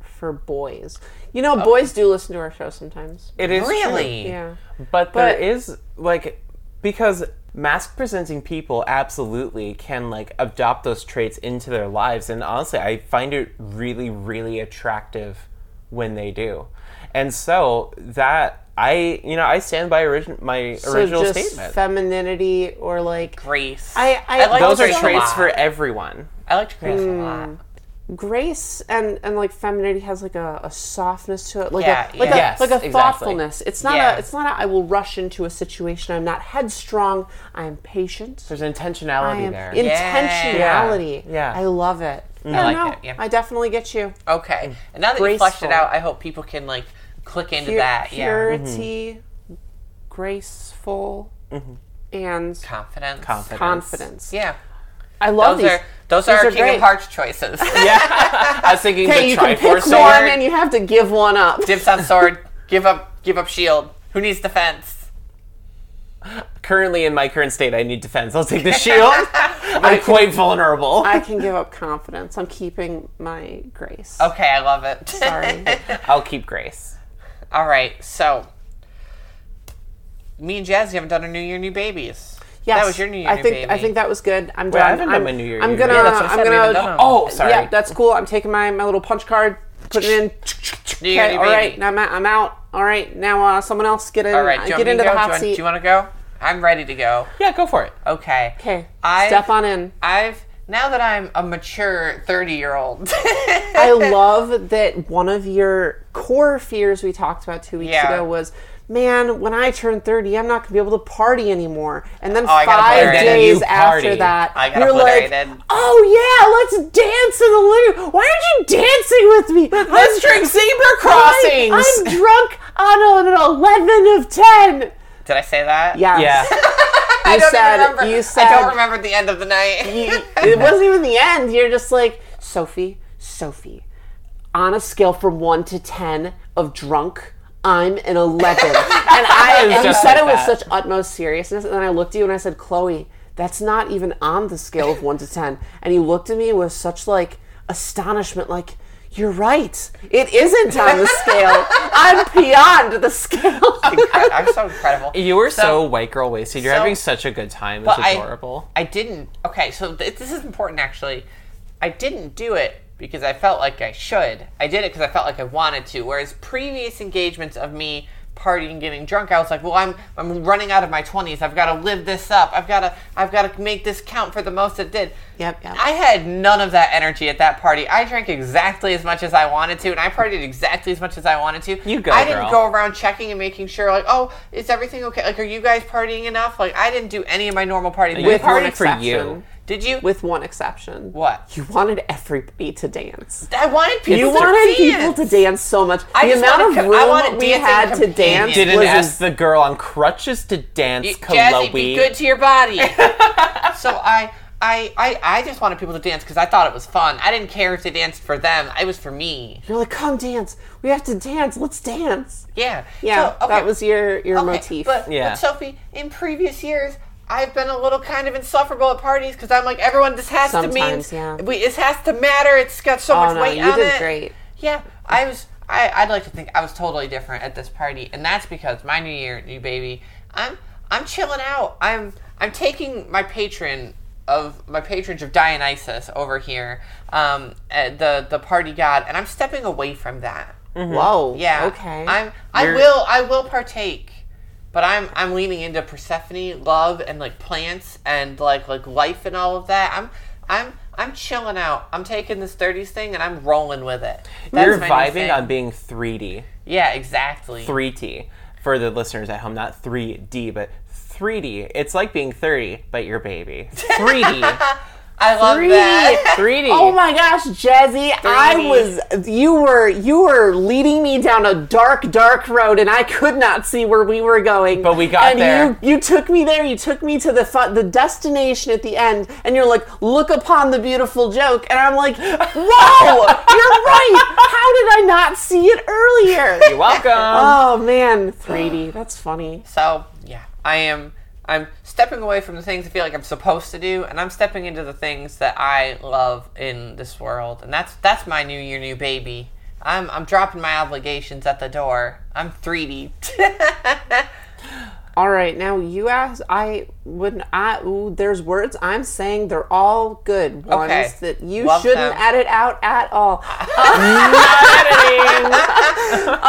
[SPEAKER 4] for boys. You know,
[SPEAKER 2] Oh.
[SPEAKER 4] boys do listen to our show sometimes.
[SPEAKER 2] It is
[SPEAKER 3] Really?
[SPEAKER 4] Yeah.
[SPEAKER 2] true. but there
[SPEAKER 4] But-
[SPEAKER 2] is like because mask presenting people absolutely can like adopt those traits into their lives, and honestly, I find it really really attractive when they do, and so that I you know I stand by origin my original
[SPEAKER 4] so just
[SPEAKER 2] statement.
[SPEAKER 4] femininity or like
[SPEAKER 3] Grace.
[SPEAKER 4] I- I
[SPEAKER 3] like
[SPEAKER 2] those are
[SPEAKER 3] grace a
[SPEAKER 2] traits
[SPEAKER 3] lot.
[SPEAKER 2] for everyone.
[SPEAKER 4] Hmm.
[SPEAKER 3] I liked grace a lot.
[SPEAKER 4] grace and and like femininity has like a, a softness to it like
[SPEAKER 3] Yeah,
[SPEAKER 4] a like
[SPEAKER 3] yeah.
[SPEAKER 4] a
[SPEAKER 2] Yes,
[SPEAKER 4] like a
[SPEAKER 2] exactly.
[SPEAKER 4] thoughtfulness it's not
[SPEAKER 3] Yeah.
[SPEAKER 4] a it's not a i will rush into a situation i'm not headstrong i am patient
[SPEAKER 2] There's
[SPEAKER 4] i
[SPEAKER 2] intentionality
[SPEAKER 4] am
[SPEAKER 2] there.
[SPEAKER 4] intentionality
[SPEAKER 2] Yeah, yeah.
[SPEAKER 4] i love it i,
[SPEAKER 3] like
[SPEAKER 4] know.
[SPEAKER 3] it, yeah.
[SPEAKER 4] I definitely get you
[SPEAKER 3] Okay. And now that you
[SPEAKER 4] Hmm. Graceful.
[SPEAKER 3] fleshed it out, I hope people can like click into
[SPEAKER 4] Pu-
[SPEAKER 3] that. Yeah. Mm-hmm.
[SPEAKER 4] purity graceful and
[SPEAKER 3] Confidence.
[SPEAKER 2] Confidence.
[SPEAKER 4] confidence
[SPEAKER 3] Yeah.
[SPEAKER 4] i love
[SPEAKER 3] Those
[SPEAKER 4] these
[SPEAKER 3] are those, are our
[SPEAKER 4] are
[SPEAKER 3] King
[SPEAKER 4] great.
[SPEAKER 3] of Hearts choices.
[SPEAKER 2] I was thinking
[SPEAKER 4] okay
[SPEAKER 2] the
[SPEAKER 4] you can pick
[SPEAKER 2] Triforce
[SPEAKER 4] one
[SPEAKER 2] Award.
[SPEAKER 4] and you have to give one up
[SPEAKER 3] Dips on sword. give up. Give up shield. Who needs defense?
[SPEAKER 2] Currently, in my current state, I need defense. I'll take the shield. I'm quite vulnerable.
[SPEAKER 4] I can give up confidence. I'm keeping my grace.
[SPEAKER 3] Okay, I love it.
[SPEAKER 4] Sorry.
[SPEAKER 2] I'll keep grace.
[SPEAKER 3] All right. So, me and Jazzy haven't done a New Year, New Babies.
[SPEAKER 4] Yes,
[SPEAKER 3] That was your New Year,
[SPEAKER 4] I
[SPEAKER 3] New
[SPEAKER 4] think
[SPEAKER 3] Baby.
[SPEAKER 4] I think that was good. I'm
[SPEAKER 2] I
[SPEAKER 4] done.
[SPEAKER 2] haven't done
[SPEAKER 4] I'm,
[SPEAKER 2] my New Year,
[SPEAKER 4] I'm
[SPEAKER 2] New Year.
[SPEAKER 4] gonna.
[SPEAKER 2] Yeah,
[SPEAKER 3] that's what I
[SPEAKER 4] I'm
[SPEAKER 3] said, we
[SPEAKER 4] gonna.
[SPEAKER 3] haven't done them.
[SPEAKER 2] Oh, sorry.
[SPEAKER 4] Yeah, that's cool. I'm taking my my little punch card, putting it in.
[SPEAKER 3] New Year,
[SPEAKER 4] Okay,
[SPEAKER 3] New
[SPEAKER 4] all right.
[SPEAKER 3] Baby.
[SPEAKER 4] Now I'm out. I'm out. All right, now uh, someone else get in.
[SPEAKER 3] All right. Do you
[SPEAKER 4] get
[SPEAKER 3] want me
[SPEAKER 4] into
[SPEAKER 3] to
[SPEAKER 4] the
[SPEAKER 3] go? do,
[SPEAKER 4] hot
[SPEAKER 3] you want,
[SPEAKER 4] seat.
[SPEAKER 3] do you want to go? I'm ready to go.
[SPEAKER 2] Yeah, go for it.
[SPEAKER 3] Okay.
[SPEAKER 4] okay,
[SPEAKER 3] I-
[SPEAKER 4] step on in.
[SPEAKER 3] I've now that I'm a mature 30 year old.
[SPEAKER 4] I love that one of your core fears we talked about two weeks
[SPEAKER 3] Yeah.
[SPEAKER 4] ago was, man, when I turn 30, I'm not going to be able to party anymore. And then
[SPEAKER 3] Oh, I
[SPEAKER 4] five
[SPEAKER 3] got obliterated.
[SPEAKER 2] Then you
[SPEAKER 4] days after
[SPEAKER 2] partied.
[SPEAKER 4] that,
[SPEAKER 3] I got
[SPEAKER 4] you're like,
[SPEAKER 3] obliterated.
[SPEAKER 4] oh yeah, let's dance in the living room. Why aren't you dancing with me?
[SPEAKER 2] Let's
[SPEAKER 4] I'm-
[SPEAKER 2] drink zebra
[SPEAKER 4] I'm,
[SPEAKER 2] crossings.
[SPEAKER 4] I'm drunk on an 11 of 10.
[SPEAKER 3] Did I say that?
[SPEAKER 4] Yes.
[SPEAKER 2] yeah,
[SPEAKER 4] You
[SPEAKER 3] I don't
[SPEAKER 4] said,
[SPEAKER 3] even remember.
[SPEAKER 4] You said,
[SPEAKER 3] I don't remember the end of the night.
[SPEAKER 4] it wasn't even the end. You're just like, Sophie, Sophie, on a scale from one to ten of drunk, I'm an eleven. and I
[SPEAKER 2] It was
[SPEAKER 4] and you
[SPEAKER 2] just
[SPEAKER 4] said
[SPEAKER 2] like
[SPEAKER 4] it with
[SPEAKER 2] that.
[SPEAKER 4] such utmost seriousness, and then I looked at you and I said, Chloe, that's not even on the scale of one to ten. And you looked at me with such like astonishment, like you're right. It isn't on the scale. I'm beyond the scale.
[SPEAKER 3] I'm so incredible.
[SPEAKER 2] you were so, white girl wasted. You're
[SPEAKER 3] so-
[SPEAKER 2] having such a good time. It's
[SPEAKER 3] I-
[SPEAKER 2] adorable.
[SPEAKER 3] I didn't. Okay, so th- this is important actually. I didn't do it because I felt like I should. I did it because I felt like I wanted to. Whereas previous engagements of me partying, getting drunk, I was like, "Well, I'm I'm running out of my 20s. I've got to live this up. I've got to I've got to make this count for the most it did."
[SPEAKER 4] Yep, yep.
[SPEAKER 3] I had none of that energy at that party. I drank exactly as much as I wanted to, and I partied exactly as much as I wanted to.
[SPEAKER 2] You go,
[SPEAKER 3] I didn't
[SPEAKER 2] girl.
[SPEAKER 3] go around checking and making sure, like, oh, is everything okay? Like, are you guys partying enough? Like, I didn't do any of my normal party.
[SPEAKER 2] You
[SPEAKER 3] We
[SPEAKER 4] With one
[SPEAKER 2] party
[SPEAKER 3] partied
[SPEAKER 2] for you.
[SPEAKER 4] exception.
[SPEAKER 3] did you?
[SPEAKER 4] With one exception.
[SPEAKER 3] What?
[SPEAKER 4] You wanted everybody to dance.
[SPEAKER 3] I wanted people.
[SPEAKER 4] You
[SPEAKER 3] to
[SPEAKER 4] wanted people
[SPEAKER 3] dance.
[SPEAKER 4] to dance so much.
[SPEAKER 3] I
[SPEAKER 4] the
[SPEAKER 3] just
[SPEAKER 4] amount
[SPEAKER 3] wanted co-
[SPEAKER 4] of
[SPEAKER 3] I wanted
[SPEAKER 4] room we
[SPEAKER 3] dancing
[SPEAKER 4] had to
[SPEAKER 3] companions.
[SPEAKER 4] dance
[SPEAKER 3] You
[SPEAKER 2] Didn't
[SPEAKER 4] was
[SPEAKER 2] ask the girl on crutches to dance,
[SPEAKER 3] You-
[SPEAKER 2] Chloe.
[SPEAKER 3] Jazzy, be good to your body. so I, I, I, I just wanted people to dance because I thought it was fun. I didn't care if they danced for them. It was for me.
[SPEAKER 4] You're like, come dance. We have to dance. Let's dance.
[SPEAKER 3] Yeah.
[SPEAKER 4] Yeah,
[SPEAKER 3] So, okay.
[SPEAKER 4] that was your your
[SPEAKER 3] Okay,
[SPEAKER 4] motif.
[SPEAKER 3] But,
[SPEAKER 2] Yeah.
[SPEAKER 3] but Sophie, in previous years, I've been a little kind of insufferable at parties because I'm like, everyone, this has to mean,
[SPEAKER 4] Sometimes, yeah.
[SPEAKER 3] we, this has to matter. It's got so
[SPEAKER 4] oh
[SPEAKER 3] much
[SPEAKER 4] no,
[SPEAKER 3] weight
[SPEAKER 4] you
[SPEAKER 3] on
[SPEAKER 4] did
[SPEAKER 3] it.
[SPEAKER 4] great.
[SPEAKER 3] Yeah, I was. I, I'd like to think I was totally different at this party, and that's because my new year, new baby. I'm I'm chilling out. I'm I'm taking my patron of my patronage of Dionysus over here, um, uh, the the party god, and I'm stepping away from that.
[SPEAKER 4] Whoa.
[SPEAKER 3] Yeah.
[SPEAKER 4] Okay.
[SPEAKER 3] I'm. I
[SPEAKER 2] You're-
[SPEAKER 3] will. I will partake. But I'm. I'm leaning into Persephone, love, and like plants and like like life and all of that. I'm. I'm. I'm chilling out. I'm taking this 30s thing and I'm rolling with it. That's
[SPEAKER 2] You're
[SPEAKER 3] my new
[SPEAKER 2] vibing
[SPEAKER 3] thing.
[SPEAKER 2] on being 3D,
[SPEAKER 3] Yeah. Exactly.
[SPEAKER 2] 3T for the listeners at home, not 3D, but 3D. It's like being 30, but you're baby. 3D,
[SPEAKER 3] I love that.
[SPEAKER 2] 3D.
[SPEAKER 4] Oh my gosh, Jazzy, I was you were you were leading me down a dark, dark road, and I could not see where we were going.
[SPEAKER 2] But we got
[SPEAKER 4] and
[SPEAKER 2] there.
[SPEAKER 4] You, you took me there. You took me to the fu- the destination at the end, and you're like, "Look upon the beautiful joke," and I'm like, "Whoa, you're right. How did I not see it
[SPEAKER 2] You're
[SPEAKER 4] earlier?"
[SPEAKER 2] welcome.
[SPEAKER 4] Oh man, 3D. That's funny.
[SPEAKER 3] So yeah, I am. I'm stepping away from the things I feel like I'm supposed to do, and I'm stepping into the things that I love in this world, and that's that's my new year, new baby. I'm I'm dropping my obligations at the door. I'm 3D.
[SPEAKER 4] All right, now you ask. I wouldn't. I ooh, there's words I'm saying. They're all good ones
[SPEAKER 3] Okay.
[SPEAKER 4] that you
[SPEAKER 3] Love
[SPEAKER 4] shouldn't
[SPEAKER 3] them.
[SPEAKER 4] edit out at all.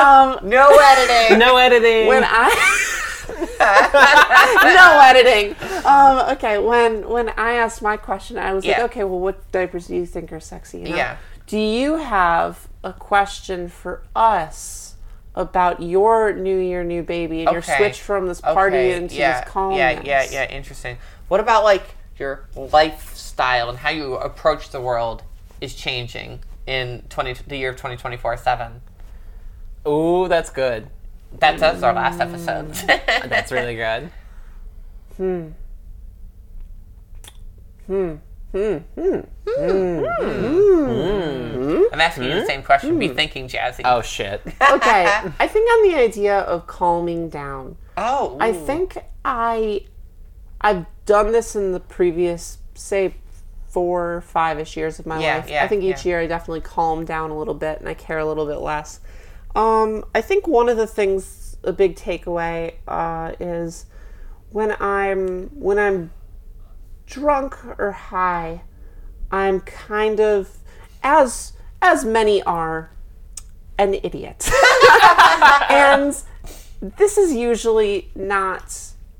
[SPEAKER 4] Um,
[SPEAKER 3] no editing.
[SPEAKER 2] no editing.
[SPEAKER 4] When I no editing. Um, okay, when when I asked my question, I was
[SPEAKER 3] Yeah.
[SPEAKER 4] like, okay, well, what diapers do you think are sexy? You know?
[SPEAKER 3] Yeah.
[SPEAKER 4] Do you have a question for us about your new year, new baby, and your
[SPEAKER 3] Okay.
[SPEAKER 4] switch from this party
[SPEAKER 3] Okay,
[SPEAKER 4] into
[SPEAKER 3] yeah,
[SPEAKER 4] this calmness?
[SPEAKER 3] Yeah, yeah, yeah. Interesting. What about like your lifestyle and how you approach the world is changing in twenty the year of twenty twenty four seven?
[SPEAKER 2] Ooh, that's good.
[SPEAKER 3] That that's our last episode.
[SPEAKER 2] That's really good.
[SPEAKER 3] I'm asking you the same question. Be thinking, Jazzy.
[SPEAKER 2] Oh shit.
[SPEAKER 4] okay, I think on the idea of calming down.
[SPEAKER 3] oh
[SPEAKER 4] I think I I've done this in the previous say four five ish years of my
[SPEAKER 3] Yeah,
[SPEAKER 4] life.
[SPEAKER 3] yeah,
[SPEAKER 4] I think each
[SPEAKER 3] yeah.
[SPEAKER 4] year I definitely calm down a little bit and I care a little bit less. Um, I think one of the things a big takeaway uh, is when I'm when I'm drunk or high, I'm kind of as as many are an idiot. and this is usually not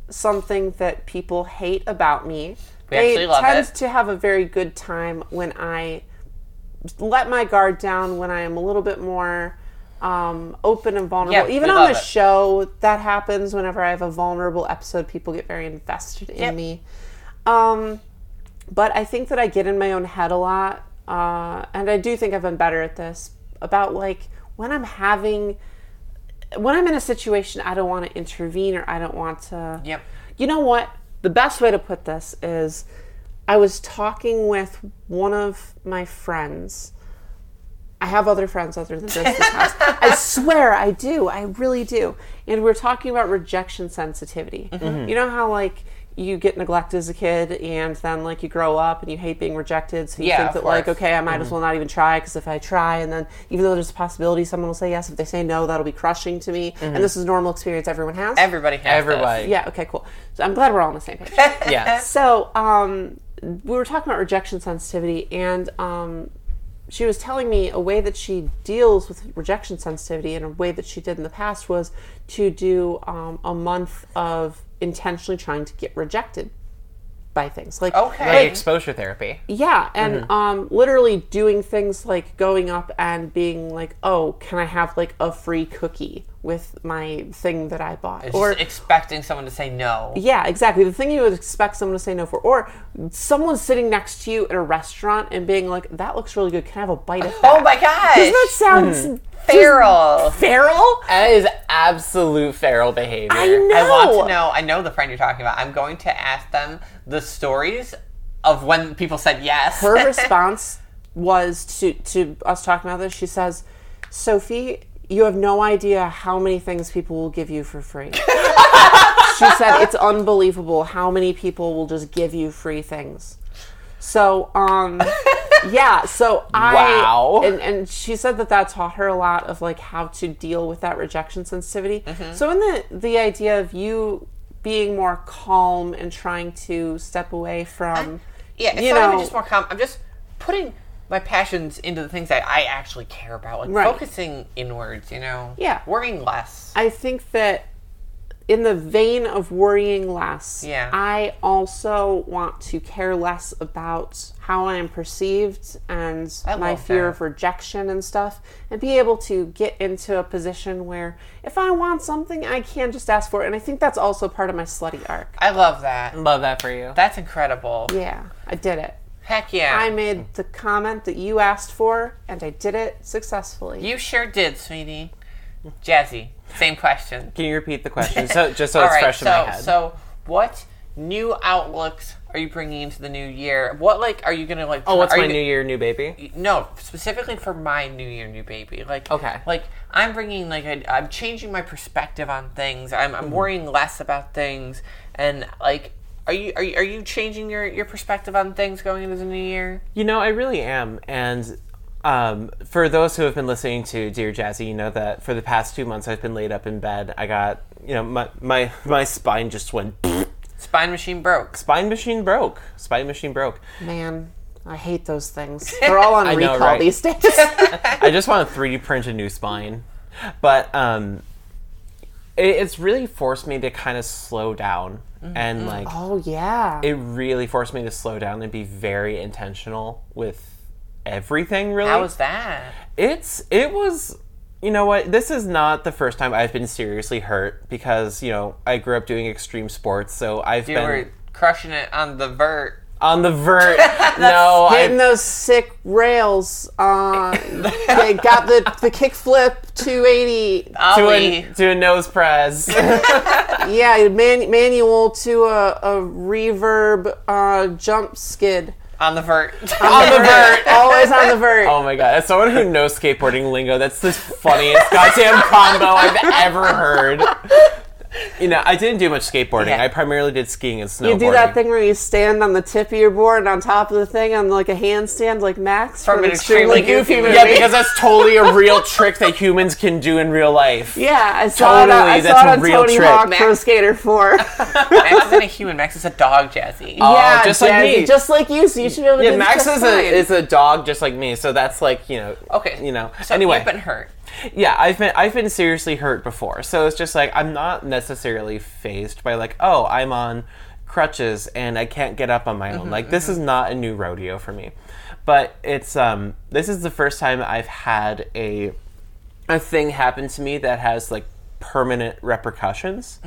[SPEAKER 4] something that people hate about me.
[SPEAKER 3] We
[SPEAKER 4] they
[SPEAKER 3] actually love
[SPEAKER 4] tend
[SPEAKER 3] it.
[SPEAKER 4] to have a very good time when I let my guard down, when I am a little bit more um, open and vulnerable.
[SPEAKER 3] Yeah,
[SPEAKER 4] Even
[SPEAKER 3] we
[SPEAKER 4] on
[SPEAKER 3] love
[SPEAKER 4] the
[SPEAKER 3] it.
[SPEAKER 4] show, that happens whenever I have a vulnerable episode. People get very invested in me. Um, but I think that I get in my own head a lot, uh, and I do think I've been better at this about like when I'm having, when I'm in a situation I don't want to intervene or I don't want to.
[SPEAKER 3] Yep.
[SPEAKER 4] You know what? The best way to put this is, I was talking with one of my friends. I have other friends other than just this house. I swear I do. I really do. And we're talking about rejection sensitivity.
[SPEAKER 3] Mm-hmm.
[SPEAKER 4] You know how like you get neglected as a kid and then like you grow up and you hate being rejected so you
[SPEAKER 3] Yeah,
[SPEAKER 4] think
[SPEAKER 3] of
[SPEAKER 4] that like
[SPEAKER 3] course. Mm-hmm.
[SPEAKER 4] okay I might as well not even try because if I try and then even though there's a possibility someone will say yes if they say no that'll be crushing to me and this is a normal experience everyone has
[SPEAKER 3] Mm-hmm. everybody has
[SPEAKER 2] Everybody.
[SPEAKER 4] yeah okay cool so I'm glad we're all on the same page
[SPEAKER 2] Yes.
[SPEAKER 4] so um, we were talking about rejection sensitivity and um, she was telling me a way that she deals with rejection sensitivity and a way that she did in the past was to do um, a month of intentionally trying to get rejected by things like
[SPEAKER 3] Okay.
[SPEAKER 2] Like exposure therapy.
[SPEAKER 4] yeah, and um, literally doing things like going up and being like, "Oh, can I have like a free cookie with my thing that I bought?"
[SPEAKER 3] Just expecting someone to say no.
[SPEAKER 4] Yeah, exactly. The thing you would expect someone to say no for, or someone sitting next to you at a restaurant and being like, "That looks really good. Can I have a bite of that?"
[SPEAKER 3] Oh my gosh.
[SPEAKER 4] Doesn't that sound s-
[SPEAKER 3] feral?
[SPEAKER 4] feral?
[SPEAKER 2] That is absolute feral behavior.
[SPEAKER 4] I know.
[SPEAKER 3] I want to know. I know the friend you're talking about. I'm going to ask them the stories of when people said yes.
[SPEAKER 4] Her response was to to us talking about this. She says, "Sophie, you have no idea how many things people will give you for free." she said, "It's unbelievable how many people will just give you free things." So, um, yeah. So I
[SPEAKER 2] Wow.
[SPEAKER 4] and and she said that that taught her a lot of like how to deal with that rejection sensitivity.
[SPEAKER 3] Mm-hmm.
[SPEAKER 4] So in the the idea of you being more calm and trying to step away from
[SPEAKER 3] yeah, it's
[SPEAKER 4] you
[SPEAKER 3] not even
[SPEAKER 4] know-
[SPEAKER 3] just more calm. I'm just putting my passions into the things that I actually care about, like
[SPEAKER 4] Right.
[SPEAKER 3] focusing inwards. You know.
[SPEAKER 4] Yeah.
[SPEAKER 3] Worrying less.
[SPEAKER 4] I think that in the vein of worrying less,
[SPEAKER 3] Yeah.
[SPEAKER 4] I also want to care less about how I am perceived and my
[SPEAKER 3] love
[SPEAKER 4] fear
[SPEAKER 3] that.
[SPEAKER 4] of rejection and stuff, and be able to get into a position where if I want something, I can just ask for it. And I think that's also part of my slutty arc.
[SPEAKER 3] I love that.
[SPEAKER 2] Love that for you.
[SPEAKER 3] That's incredible.
[SPEAKER 4] Yeah, I did it.
[SPEAKER 3] Heck yeah.
[SPEAKER 4] I made the comment that you asked for, and I did it successfully.
[SPEAKER 3] you sure did, sweetie. Jazzy, same question.
[SPEAKER 2] Can you repeat the question? So just so
[SPEAKER 3] All
[SPEAKER 2] it's
[SPEAKER 3] right,
[SPEAKER 2] fresh
[SPEAKER 3] so
[SPEAKER 2] in my head.
[SPEAKER 3] so what new outlooks are you bringing into the new year? What like are you gonna like?
[SPEAKER 2] oh, what's
[SPEAKER 3] are
[SPEAKER 2] my
[SPEAKER 3] you-
[SPEAKER 2] new year, new baby?
[SPEAKER 3] no specifically for my new year new baby like
[SPEAKER 2] Okay.
[SPEAKER 3] like i'm bringing like I, i'm changing my perspective on things i'm,
[SPEAKER 2] Mm-hmm.
[SPEAKER 3] I'm worrying less about things and like are you are you, are you changing your, your perspective on things going into the new year
[SPEAKER 2] You know, I really am. And um, for those who have been listening to Dear Jazzy, you know that for the past two months I've been laid up in bed. I got, you know, my my, my spine just went.
[SPEAKER 3] spine machine broke
[SPEAKER 2] spine machine broke. Spine machine broke.
[SPEAKER 4] Man, I hate those things. They're all on
[SPEAKER 2] know,
[SPEAKER 4] recall
[SPEAKER 2] right?
[SPEAKER 4] these days.
[SPEAKER 2] I just want to 3D print a new spine. But um, it, it's really forced me to kind of slow down
[SPEAKER 3] Mm-hmm.
[SPEAKER 2] and like
[SPEAKER 4] oh yeah.
[SPEAKER 2] it really forced me to slow down and be very intentional with everything really.
[SPEAKER 3] How was that?
[SPEAKER 2] it's it was you know what this is not the first time i've been seriously hurt because you know i grew up doing extreme sports so i've
[SPEAKER 3] You
[SPEAKER 2] been
[SPEAKER 3] were crushing it on the vert.
[SPEAKER 2] on the vert no
[SPEAKER 4] Hitting
[SPEAKER 2] I,
[SPEAKER 4] those sick rails. Uh, they got the the kickflip 280.
[SPEAKER 2] to,
[SPEAKER 3] Ollie.
[SPEAKER 2] a, to a nose press
[SPEAKER 4] Yeah, man, manual to a, a reverb uh, jump skid.
[SPEAKER 3] on the vert.
[SPEAKER 2] on the vert
[SPEAKER 4] Always on the vert.
[SPEAKER 2] oh my god as someone who knows skateboarding lingo that's the funniest goddamn combo i've ever heard you know i didn't do much skateboarding
[SPEAKER 3] Yeah.
[SPEAKER 2] i primarily did skiing and snowboarding
[SPEAKER 4] You do that thing where you stand on the tip of your board and on top of the thing on like a handstand, like Max
[SPEAKER 3] From an extremely goofy movie.
[SPEAKER 2] yeah because that's totally a real trick that humans can do in real life
[SPEAKER 4] Yeah, I saw it. On,
[SPEAKER 2] Totally,
[SPEAKER 4] I saw
[SPEAKER 2] that's
[SPEAKER 4] it
[SPEAKER 2] a
[SPEAKER 4] on
[SPEAKER 2] real
[SPEAKER 4] Tony
[SPEAKER 2] trick.
[SPEAKER 4] Hawk
[SPEAKER 3] Max-
[SPEAKER 4] Pro Skater Four.
[SPEAKER 3] Max isn't a human. Max is a dog, Jazzy.
[SPEAKER 2] Oh,
[SPEAKER 4] yeah,
[SPEAKER 2] just like
[SPEAKER 4] Jazzy,
[SPEAKER 2] me.
[SPEAKER 4] just like you. So you should be able to.
[SPEAKER 2] Yeah,
[SPEAKER 4] do this
[SPEAKER 2] Max
[SPEAKER 4] just
[SPEAKER 2] is a
[SPEAKER 4] fine.
[SPEAKER 2] is a dog just like me, so that's like you know.
[SPEAKER 3] Um, Okay.
[SPEAKER 2] You know.
[SPEAKER 3] So
[SPEAKER 2] anyway,
[SPEAKER 3] you've been hurt.
[SPEAKER 2] yeah, I've been I've been seriously hurt before, so it's just like I'm not necessarily phased by like oh I'm on crutches and I can't get up on my own. Like
[SPEAKER 3] Mm-hmm,
[SPEAKER 2] this is not a new rodeo for me, but it's um this is the first time I've had a a thing happen to me that has like permanent
[SPEAKER 3] Mm-hmm.
[SPEAKER 2] repercussions.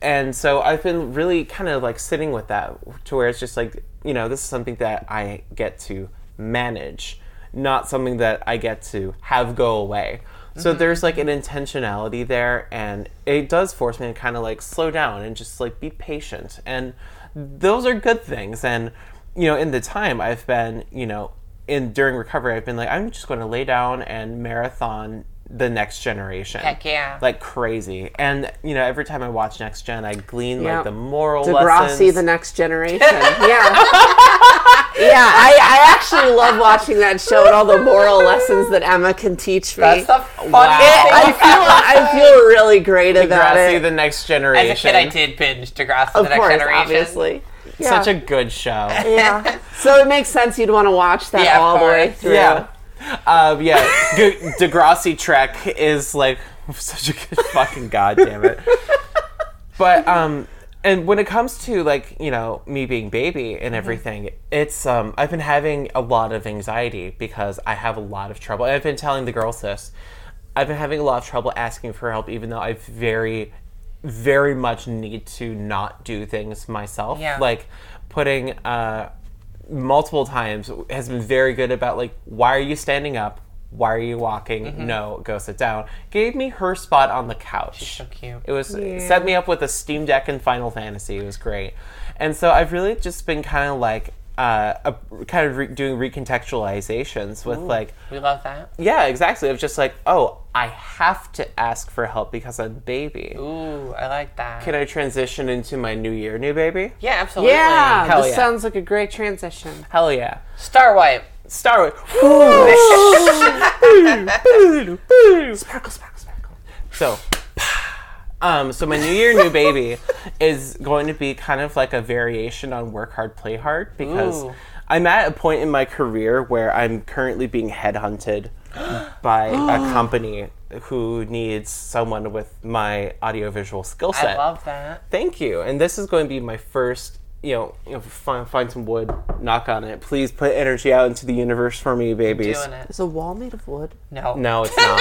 [SPEAKER 2] And so I've been really kind of like sitting with that to where it's just like, you know, this is something that I get to manage, not something that I get to have go away. So
[SPEAKER 3] Mm-hmm.
[SPEAKER 2] there's like an intentionality there and it does force me to kind of like slow down and just like be patient. And those are good things and you know, in the time I've been, you know, in during recovery I've been like I'm just going to lay down and marathon the next generation.
[SPEAKER 3] Heck yeah.
[SPEAKER 2] Like crazy. And you know, every time I watch Next Gen, I glean
[SPEAKER 4] Yeah.
[SPEAKER 2] like the moral
[SPEAKER 4] Degrassi,
[SPEAKER 2] lessons.
[SPEAKER 4] the next generation. Yeah. yeah, I, I actually love watching that show and all the moral lessons that Emma can teach me.
[SPEAKER 3] That's the funniest
[SPEAKER 2] Wow.
[SPEAKER 4] I
[SPEAKER 3] thing.
[SPEAKER 4] feel I feel really great about
[SPEAKER 2] Degrassi,
[SPEAKER 4] it.
[SPEAKER 2] the next
[SPEAKER 3] As
[SPEAKER 2] generation.
[SPEAKER 3] a kid, I did binge Degrassi
[SPEAKER 4] of
[SPEAKER 3] The Next
[SPEAKER 4] course,
[SPEAKER 3] Generation.
[SPEAKER 4] obviously. Yeah.
[SPEAKER 2] Such a good show.
[SPEAKER 4] yeah. So it makes sense you'd want to watch that
[SPEAKER 3] Yeah, of
[SPEAKER 4] all the way
[SPEAKER 3] course.
[SPEAKER 4] through.
[SPEAKER 2] Yeah. Um, yeah. G- Degrassi Trek is like such a good fucking goddamn it. But um and when it comes to like, you know, me being baby and everything, it's um I've been having a lot of anxiety because I have a lot of trouble. And I've been telling the girls this. I've been having a lot of trouble asking for help even though I very very much need to not do things myself.
[SPEAKER 3] Yeah.
[SPEAKER 2] Like putting uh multiple times has been very good about like why are you standing up why are you walking
[SPEAKER 3] Mm-hmm.
[SPEAKER 2] no go sit down gave me her spot on the couch
[SPEAKER 3] So cute.
[SPEAKER 2] it was set me up with a steam deck and final fantasy it was great and so i've really just been kind of like uh, a, kind of re- doing recontextualizations with like
[SPEAKER 3] We love that.
[SPEAKER 2] yeah exactly of just like oh i have to ask for help because i'm baby
[SPEAKER 3] Ooh, I like that.
[SPEAKER 2] can i transition into my new year new baby
[SPEAKER 3] yeah, absolutely.
[SPEAKER 4] Yeah,
[SPEAKER 2] Hell
[SPEAKER 4] this
[SPEAKER 2] yeah.
[SPEAKER 4] sounds like a great transition.
[SPEAKER 2] hell yeah
[SPEAKER 3] Star Wipe.
[SPEAKER 2] star
[SPEAKER 4] Sparkle, sparkle, sparkle.
[SPEAKER 2] So, um, so my new year, new baby is going to be kind of like a variation on work hard, play hard because
[SPEAKER 3] Ooh.
[SPEAKER 2] I'm at a point in my career where I'm currently being headhunted by a company who needs someone with my audiovisual skill
[SPEAKER 3] I
[SPEAKER 2] set.
[SPEAKER 3] love that.
[SPEAKER 2] Thank you. And this is going to be my first. You know, you know, find find some wood, knock on it. Please put energy out into the universe for me, babies.
[SPEAKER 3] Doing it.
[SPEAKER 4] Is a wall made of wood?
[SPEAKER 3] No.
[SPEAKER 2] No, it's not.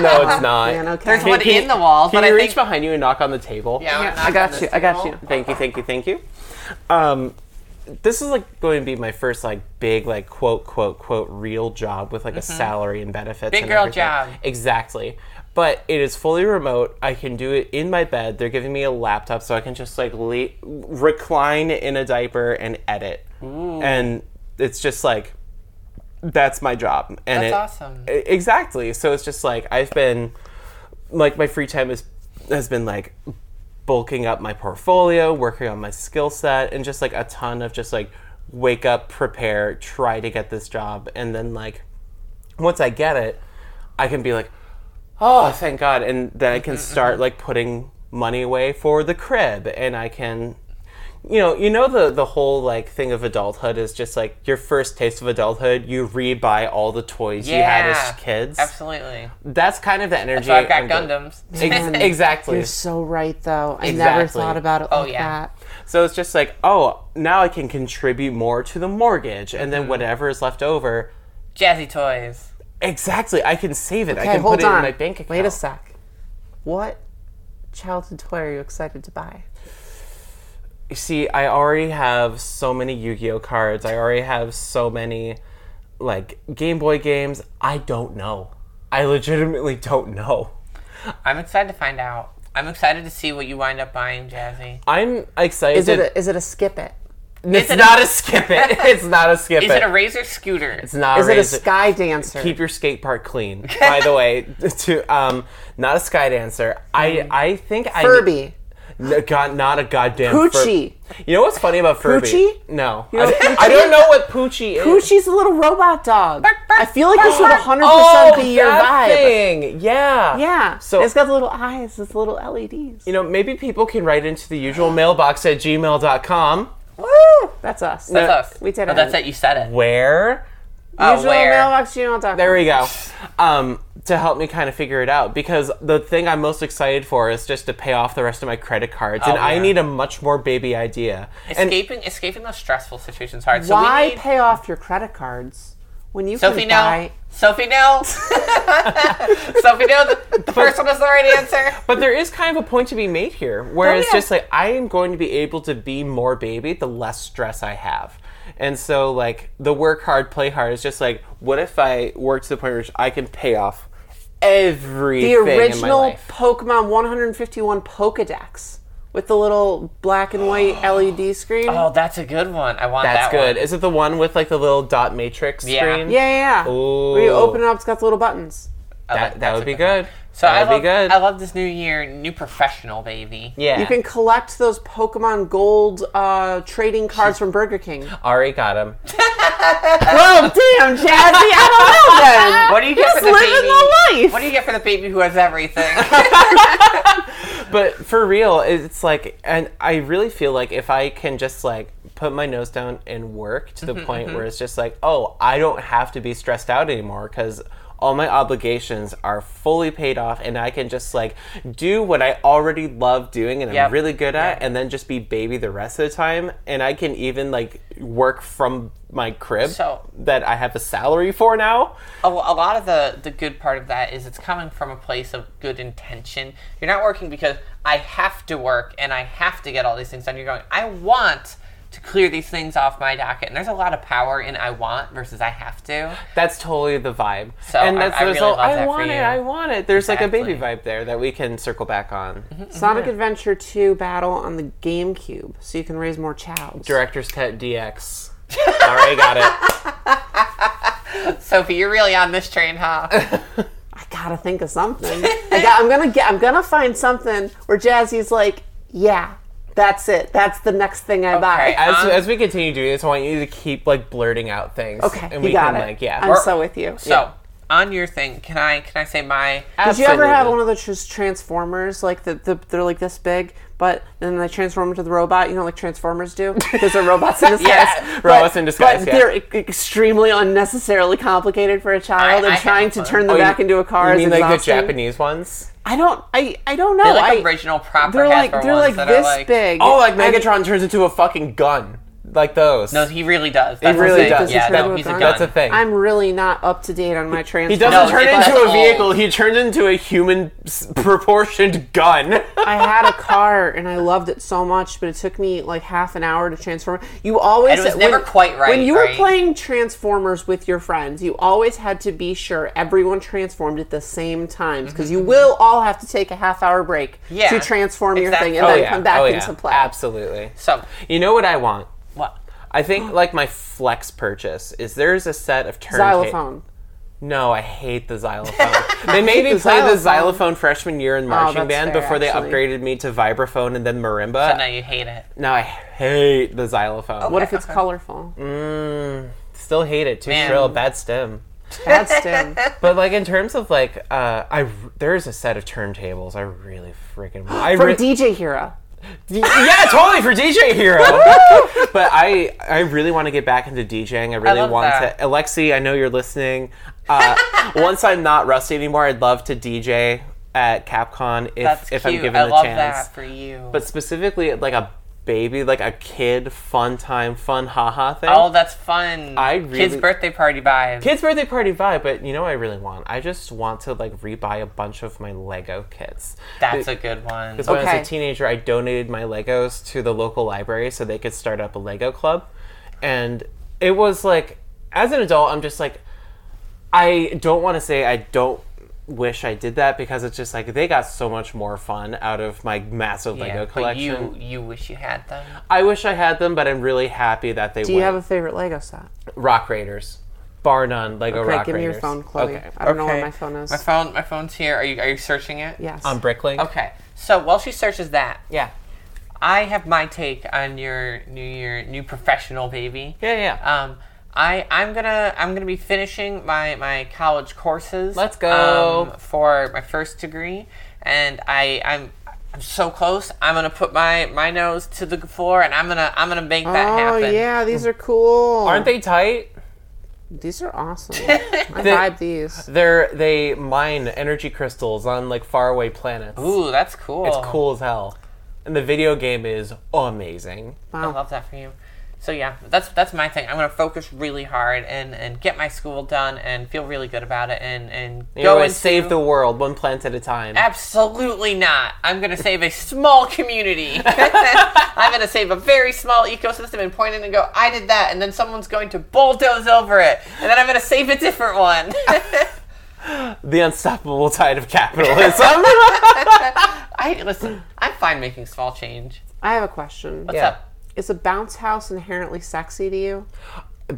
[SPEAKER 2] no, it's not.
[SPEAKER 4] Man, okay.
[SPEAKER 3] There's wood
[SPEAKER 2] Can-
[SPEAKER 3] in the wall,
[SPEAKER 2] Can
[SPEAKER 3] but
[SPEAKER 2] you
[SPEAKER 3] I
[SPEAKER 2] reach
[SPEAKER 3] think.
[SPEAKER 2] behind you and knock on the table?
[SPEAKER 3] Yeah, I'm
[SPEAKER 4] Yeah,
[SPEAKER 3] not
[SPEAKER 4] I got
[SPEAKER 3] on
[SPEAKER 4] you.
[SPEAKER 3] this
[SPEAKER 4] I got
[SPEAKER 3] table.
[SPEAKER 4] you.
[SPEAKER 2] Thank you, thank you, thank you. Um, this is like going to be my first like big like quote quote quote real job with like a salary and benefits.
[SPEAKER 3] Mm-hmm. Big
[SPEAKER 2] and
[SPEAKER 3] girl
[SPEAKER 2] everything.
[SPEAKER 3] job.
[SPEAKER 2] Exactly. But it is fully remote. I can do it in my bed. They're giving me a laptop so I can just like le- recline in a diaper and edit. And it's just like that's my job. And
[SPEAKER 3] That's
[SPEAKER 2] it-
[SPEAKER 3] awesome.
[SPEAKER 2] E- exactly so it's just like i've been like my free time is has been like bulking up my portfolio working on my skill set and just like a ton of just like wake up prepare try to get this job and then like once i get it i can be like oh thank god and then i can start like putting money away for the crib and i can you know, you know the the whole like thing of adulthood is just like your first taste of adulthood. You rebuy all the toys you had as kids.
[SPEAKER 3] Absolutely.
[SPEAKER 2] That's kind of the energy.
[SPEAKER 3] So I've got
[SPEAKER 2] I'm go-
[SPEAKER 3] Gundams.
[SPEAKER 2] Ex- exactly.
[SPEAKER 4] You're so right, though. I never
[SPEAKER 2] Exactly.
[SPEAKER 4] thought about it
[SPEAKER 3] Oh,
[SPEAKER 4] like
[SPEAKER 3] yeah.
[SPEAKER 4] that.
[SPEAKER 2] So it's just like, oh, now I can contribute more to the mortgage, and then whatever is left over,
[SPEAKER 3] Jazzy toys.
[SPEAKER 2] exactly, I can save it. I
[SPEAKER 4] Okay,
[SPEAKER 2] can
[SPEAKER 4] hold
[SPEAKER 2] put it
[SPEAKER 4] on.
[SPEAKER 2] in my bank account.
[SPEAKER 4] Wait a sec. What childhood toy are you excited to buy?
[SPEAKER 2] You See, I already have so many Yu-Gi-Oh cards. I already have so many like Game Boy games. I don't know. I legitimately don't know.
[SPEAKER 3] I'm excited to find out. I'm excited to see what you wind up buying, Jazzy.
[SPEAKER 2] I'm excited.
[SPEAKER 4] Is it a, is it a skip it?
[SPEAKER 2] it's
[SPEAKER 3] is it
[SPEAKER 2] not
[SPEAKER 3] a-
[SPEAKER 2] a, skip it. It's not a skip
[SPEAKER 3] Is it a razor scooter?
[SPEAKER 2] it's not
[SPEAKER 4] Is it a
[SPEAKER 2] raise it-
[SPEAKER 4] sky dancer?
[SPEAKER 2] keep your skate park clean. By the way, to um, not a sky dancer. I I think I
[SPEAKER 4] Furby.
[SPEAKER 2] No, God, not a goddamn Fur-
[SPEAKER 4] Poochie.
[SPEAKER 2] you know what's funny about Furby?
[SPEAKER 4] Poochie?
[SPEAKER 2] No,
[SPEAKER 4] know
[SPEAKER 2] I,
[SPEAKER 4] what Poochie
[SPEAKER 2] I don't
[SPEAKER 4] is?
[SPEAKER 2] know what Poochie is.
[SPEAKER 4] Poochie's a little robot dog.
[SPEAKER 3] bark,
[SPEAKER 4] I feel like this would
[SPEAKER 3] bark.
[SPEAKER 4] 100%
[SPEAKER 2] Oh,
[SPEAKER 4] be your
[SPEAKER 2] that
[SPEAKER 4] vibe.
[SPEAKER 2] thing. Yeah.
[SPEAKER 4] Yeah.
[SPEAKER 2] So-
[SPEAKER 4] So it's got the little eyes, it's little E LEDs.
[SPEAKER 2] You know, maybe people can write into the usual mailbox at gmail.com
[SPEAKER 4] Woo! That's us.
[SPEAKER 3] That's us.
[SPEAKER 4] We did
[SPEAKER 3] Oh,
[SPEAKER 4] it.
[SPEAKER 3] that's it. You said it.
[SPEAKER 2] where
[SPEAKER 3] Oh,
[SPEAKER 4] Usual
[SPEAKER 3] where?
[SPEAKER 4] mailbox, you know, dot com.
[SPEAKER 2] there we go. Um, to help me kind of figure it out because the thing I'm most excited for is just to pay off the rest of my credit cards,
[SPEAKER 4] Oh,
[SPEAKER 2] and I
[SPEAKER 3] yeah.
[SPEAKER 2] need a much more baby idea. And
[SPEAKER 3] escaping escaping those stressful situations is hard. So
[SPEAKER 4] Why
[SPEAKER 3] we need
[SPEAKER 4] pay off your credit cards when you
[SPEAKER 3] Sophie
[SPEAKER 4] can
[SPEAKER 3] no.
[SPEAKER 4] buy?
[SPEAKER 3] Sophie no. Sophie no. The, the first one was the right answer.
[SPEAKER 2] But there is kind of a point to be made here where
[SPEAKER 3] Oh,
[SPEAKER 2] it's
[SPEAKER 3] yeah.
[SPEAKER 2] just like I am going to be able to be more baby the less stress I have. And so like the work hard, play hard is just like what if I work to the point where I can pay off everything
[SPEAKER 4] The
[SPEAKER 2] in my
[SPEAKER 4] original
[SPEAKER 2] life.
[SPEAKER 4] Pokemon 151 Pokedex with the little black and white LED screen.
[SPEAKER 3] Oh, that's a good one. I want
[SPEAKER 2] That's
[SPEAKER 3] that one.
[SPEAKER 2] good. Is it the one with like the little dot matrix
[SPEAKER 3] Yeah.
[SPEAKER 2] screen?
[SPEAKER 4] Yeah, yeah, yeah.
[SPEAKER 2] Ooh.
[SPEAKER 4] Where you open it up, it's got the little buttons.
[SPEAKER 3] I like-
[SPEAKER 2] That, that
[SPEAKER 3] that's
[SPEAKER 2] would
[SPEAKER 3] a
[SPEAKER 2] be
[SPEAKER 3] one.
[SPEAKER 2] good.
[SPEAKER 3] So
[SPEAKER 2] that
[SPEAKER 3] I
[SPEAKER 2] would
[SPEAKER 3] love,
[SPEAKER 2] be good.
[SPEAKER 3] I love this new year, new professional baby.
[SPEAKER 2] yeah.
[SPEAKER 4] You can collect those Pokemon Gold uh, trading cards from Burger King.
[SPEAKER 2] Ari got him.
[SPEAKER 4] well, damn, Jazzy, I don't know then.
[SPEAKER 3] What do you get
[SPEAKER 4] Just
[SPEAKER 3] for the
[SPEAKER 4] living
[SPEAKER 3] baby?
[SPEAKER 4] the life.
[SPEAKER 3] What do you get for the baby who has everything?
[SPEAKER 2] But for real, it's like, and I really feel like if I can just like put my nose down and work to
[SPEAKER 3] Mm-hmm,
[SPEAKER 2] the point where it's just like, oh, I don't have to be stressed out anymore because all my obligations are fully paid off and I can just like do what I already love doing and
[SPEAKER 3] Yep.
[SPEAKER 2] I'm really good at
[SPEAKER 3] Yep.
[SPEAKER 2] and then just be baby the rest of the time. And I can even like work from my crib
[SPEAKER 3] So-
[SPEAKER 2] that I have a salary for now.
[SPEAKER 3] a, a lot of the the good part of that is it's coming from a place of good intention. You're not working because I have to work and I have to get all these things done. You're going, I want to clear these things off my docket. And there's a lot of power in I want versus I have to.
[SPEAKER 2] That's totally the vibe.
[SPEAKER 3] So,
[SPEAKER 2] and
[SPEAKER 3] I-
[SPEAKER 2] that's
[SPEAKER 3] I
[SPEAKER 2] there's
[SPEAKER 3] really
[SPEAKER 2] all,
[SPEAKER 3] love that
[SPEAKER 2] I
[SPEAKER 3] for
[SPEAKER 2] want it,
[SPEAKER 3] you."
[SPEAKER 2] I want it. There's like a baby
[SPEAKER 3] Exactly.
[SPEAKER 2] vibe there that we can circle back on.
[SPEAKER 4] Sonic Adventure 2 Battle on the GameCube, so you can raise more chows.
[SPEAKER 2] Director's Cut DX. Already got it.
[SPEAKER 3] Sophie, you're really on this train, huh?
[SPEAKER 4] I gotta think of something. I got, I'm gonna get. I'm gonna find something where Jazzy's like, yeah, that's it. That's the next thing I buy.
[SPEAKER 2] As,
[SPEAKER 3] Um,
[SPEAKER 2] as we continue doing this, I want you to keep like blurting out things.
[SPEAKER 4] Okay,
[SPEAKER 2] and
[SPEAKER 4] you
[SPEAKER 2] we
[SPEAKER 4] got
[SPEAKER 2] can
[SPEAKER 4] it.
[SPEAKER 2] like yeah.
[SPEAKER 4] I'm
[SPEAKER 2] Or-
[SPEAKER 4] so with you.
[SPEAKER 3] So on your thing, can I can I say my
[SPEAKER 4] Did you ever have
[SPEAKER 2] absolutely.
[SPEAKER 4] one of those just transformers, like the, the they're like this big, but then they transform into the robot? You know, like Transformers do, because they're robots in disguise.
[SPEAKER 3] Yeah,
[SPEAKER 4] But-
[SPEAKER 2] robots in disguise,
[SPEAKER 4] But
[SPEAKER 2] yeah.
[SPEAKER 4] they're e- extremely unnecessarily complicated for a child,
[SPEAKER 3] I
[SPEAKER 4] and
[SPEAKER 3] had
[SPEAKER 4] trying to
[SPEAKER 3] one.
[SPEAKER 4] turn
[SPEAKER 2] Oh,
[SPEAKER 4] them
[SPEAKER 2] you-
[SPEAKER 4] back into a car
[SPEAKER 2] You
[SPEAKER 4] is
[SPEAKER 2] mean like the
[SPEAKER 4] exhausting.
[SPEAKER 2] Japanese ones?
[SPEAKER 4] I don't. I I don't know.
[SPEAKER 3] they're like
[SPEAKER 4] I,
[SPEAKER 3] original proper
[SPEAKER 4] they're like
[SPEAKER 3] Hasbro
[SPEAKER 4] they're
[SPEAKER 3] ones
[SPEAKER 4] like
[SPEAKER 3] that
[SPEAKER 4] this
[SPEAKER 3] are like
[SPEAKER 4] big.
[SPEAKER 2] Oh, like
[SPEAKER 4] And-
[SPEAKER 2] Megatron turns into a fucking gun, like those.
[SPEAKER 3] No, he really does. That's the
[SPEAKER 2] really
[SPEAKER 3] thing.
[SPEAKER 2] does.
[SPEAKER 3] Yeah,
[SPEAKER 2] Does he
[SPEAKER 3] no,
[SPEAKER 4] turn
[SPEAKER 3] he's a
[SPEAKER 4] into a
[SPEAKER 3] gun.
[SPEAKER 4] gun?
[SPEAKER 2] That's a thing.
[SPEAKER 4] I'm really not up to date on my
[SPEAKER 2] he
[SPEAKER 4] transformers.
[SPEAKER 2] doesn't
[SPEAKER 3] No,
[SPEAKER 2] turn
[SPEAKER 3] it's
[SPEAKER 2] into a
[SPEAKER 3] old.
[SPEAKER 2] vehicle. He turns into a human s- proportioned gun.
[SPEAKER 4] I had a car and I loved it so much, but it took me like half an hour to transform. You always
[SPEAKER 3] And it was never quite right,
[SPEAKER 4] When you
[SPEAKER 3] right?
[SPEAKER 4] were playing Transformers with your friends, you always had to be sure everyone transformed at the same times because you will all have to take a half hour break
[SPEAKER 3] Mm-hmm, Yeah.
[SPEAKER 4] to transform your
[SPEAKER 3] Exactly.
[SPEAKER 4] thing and
[SPEAKER 3] Oh,
[SPEAKER 4] then come back
[SPEAKER 2] oh,
[SPEAKER 4] into play.
[SPEAKER 2] Absolutely.
[SPEAKER 3] So
[SPEAKER 2] You know what I want?
[SPEAKER 3] what?
[SPEAKER 2] I think like my flex purchase is there's a set of turn
[SPEAKER 4] Xylophone.
[SPEAKER 2] No, I hate the xylophone. they made me
[SPEAKER 4] the
[SPEAKER 2] play the
[SPEAKER 4] xylophone. Oh,
[SPEAKER 2] xylophone freshman year in marching
[SPEAKER 4] that's
[SPEAKER 2] band
[SPEAKER 4] fair,
[SPEAKER 2] before they
[SPEAKER 4] actually.
[SPEAKER 2] upgraded me to vibraphone and then marimba.
[SPEAKER 3] No, you hate it.
[SPEAKER 2] now I hate the xylophone.
[SPEAKER 4] What if it's colorful?
[SPEAKER 2] Still hate it. Too
[SPEAKER 3] Man.
[SPEAKER 2] shrill, bad stem.
[SPEAKER 4] Bad stem.
[SPEAKER 2] But like in terms of like, uh, I there's a set of turntables I really freaking want. I
[SPEAKER 4] From
[SPEAKER 2] re-
[SPEAKER 4] DJ Hero.
[SPEAKER 2] yeah, totally for DJ Hero. but I I really want to get back into DJing. I really
[SPEAKER 3] love
[SPEAKER 2] want
[SPEAKER 3] that.
[SPEAKER 2] to. Alexi, I know you're listening. Uh, once I'm not rusty anymore, I'd love to DJ at Capcom if
[SPEAKER 3] That's
[SPEAKER 2] if
[SPEAKER 3] cute.
[SPEAKER 2] I'm given
[SPEAKER 3] I
[SPEAKER 2] the
[SPEAKER 3] love
[SPEAKER 2] chance.
[SPEAKER 3] that for you.
[SPEAKER 2] But specifically, like a baby, like a kid, fun time, fun haha thing.
[SPEAKER 3] oh, that's fun.
[SPEAKER 2] I
[SPEAKER 3] Kids'
[SPEAKER 2] really-
[SPEAKER 3] birthday party vibes.
[SPEAKER 2] Kids birthday party vibe, but you know what I really want? I just want to like rebuy a bunch of my Lego kits.
[SPEAKER 3] that's a good one.
[SPEAKER 2] Because when I
[SPEAKER 4] Okay.
[SPEAKER 2] was a teenager, I donated my Legos to the local library so they could start up a Lego club. And it was like, as an adult, I'm just like, I don't want to say I don't wish I did that because it's just like they got so much more fun out of my massive Lego
[SPEAKER 3] Yeah, but
[SPEAKER 2] collection.
[SPEAKER 3] you you wish you had them.
[SPEAKER 2] I wish I had them, but I'm really happy that they
[SPEAKER 4] Do you have a favorite Lego set?
[SPEAKER 2] Rock Raiders. Bar none, Lego
[SPEAKER 4] Okay,
[SPEAKER 2] Rock
[SPEAKER 4] give me your
[SPEAKER 2] Raiders.
[SPEAKER 4] phone, Chloe.
[SPEAKER 2] Okay.
[SPEAKER 4] I don't know where my phone is.
[SPEAKER 3] My phone my phone's here. Are you are you searching it?
[SPEAKER 4] yes.
[SPEAKER 2] On Bricklink.
[SPEAKER 3] Okay. So while she searches that,
[SPEAKER 2] Yeah.
[SPEAKER 3] I have my take on your new year new professional baby.
[SPEAKER 2] Yeah, yeah.
[SPEAKER 3] Um, I I'm gonna I'm gonna be finishing my my college courses.
[SPEAKER 2] Let's go.
[SPEAKER 3] um, for my first degree, and I I'm. I'm so close. I'm gonna put my, my nose to the floor, and I'm gonna I'm gonna make that
[SPEAKER 4] oh
[SPEAKER 3] happen.
[SPEAKER 4] yeah, these are cool.
[SPEAKER 2] Aren't they tight?
[SPEAKER 4] These are awesome. I vibe these.
[SPEAKER 2] They're they mine energy crystals on like faraway planets.
[SPEAKER 3] Ooh, that's cool.
[SPEAKER 2] It's cool as hell. And the video game is amazing.
[SPEAKER 4] Oh.
[SPEAKER 3] I love that for you. So yeah, that's that's my thing. I'm gonna focus really hard and and get my school done and feel really good about it and and
[SPEAKER 2] You're
[SPEAKER 3] go
[SPEAKER 2] gonna
[SPEAKER 3] and
[SPEAKER 2] save the world one plant at a time.
[SPEAKER 3] Absolutely not. I'm gonna save a small community. I'm gonna save a very small ecosystem and point it and go, I did that, and then someone's going to bulldoze over it, and then I'm gonna save a different one.
[SPEAKER 2] the unstoppable tide of capitalism.
[SPEAKER 3] I listen. I'm fine making small change.
[SPEAKER 4] I have a question.
[SPEAKER 3] What's
[SPEAKER 2] Yeah.
[SPEAKER 3] up?
[SPEAKER 4] Is a bounce house inherently sexy to you?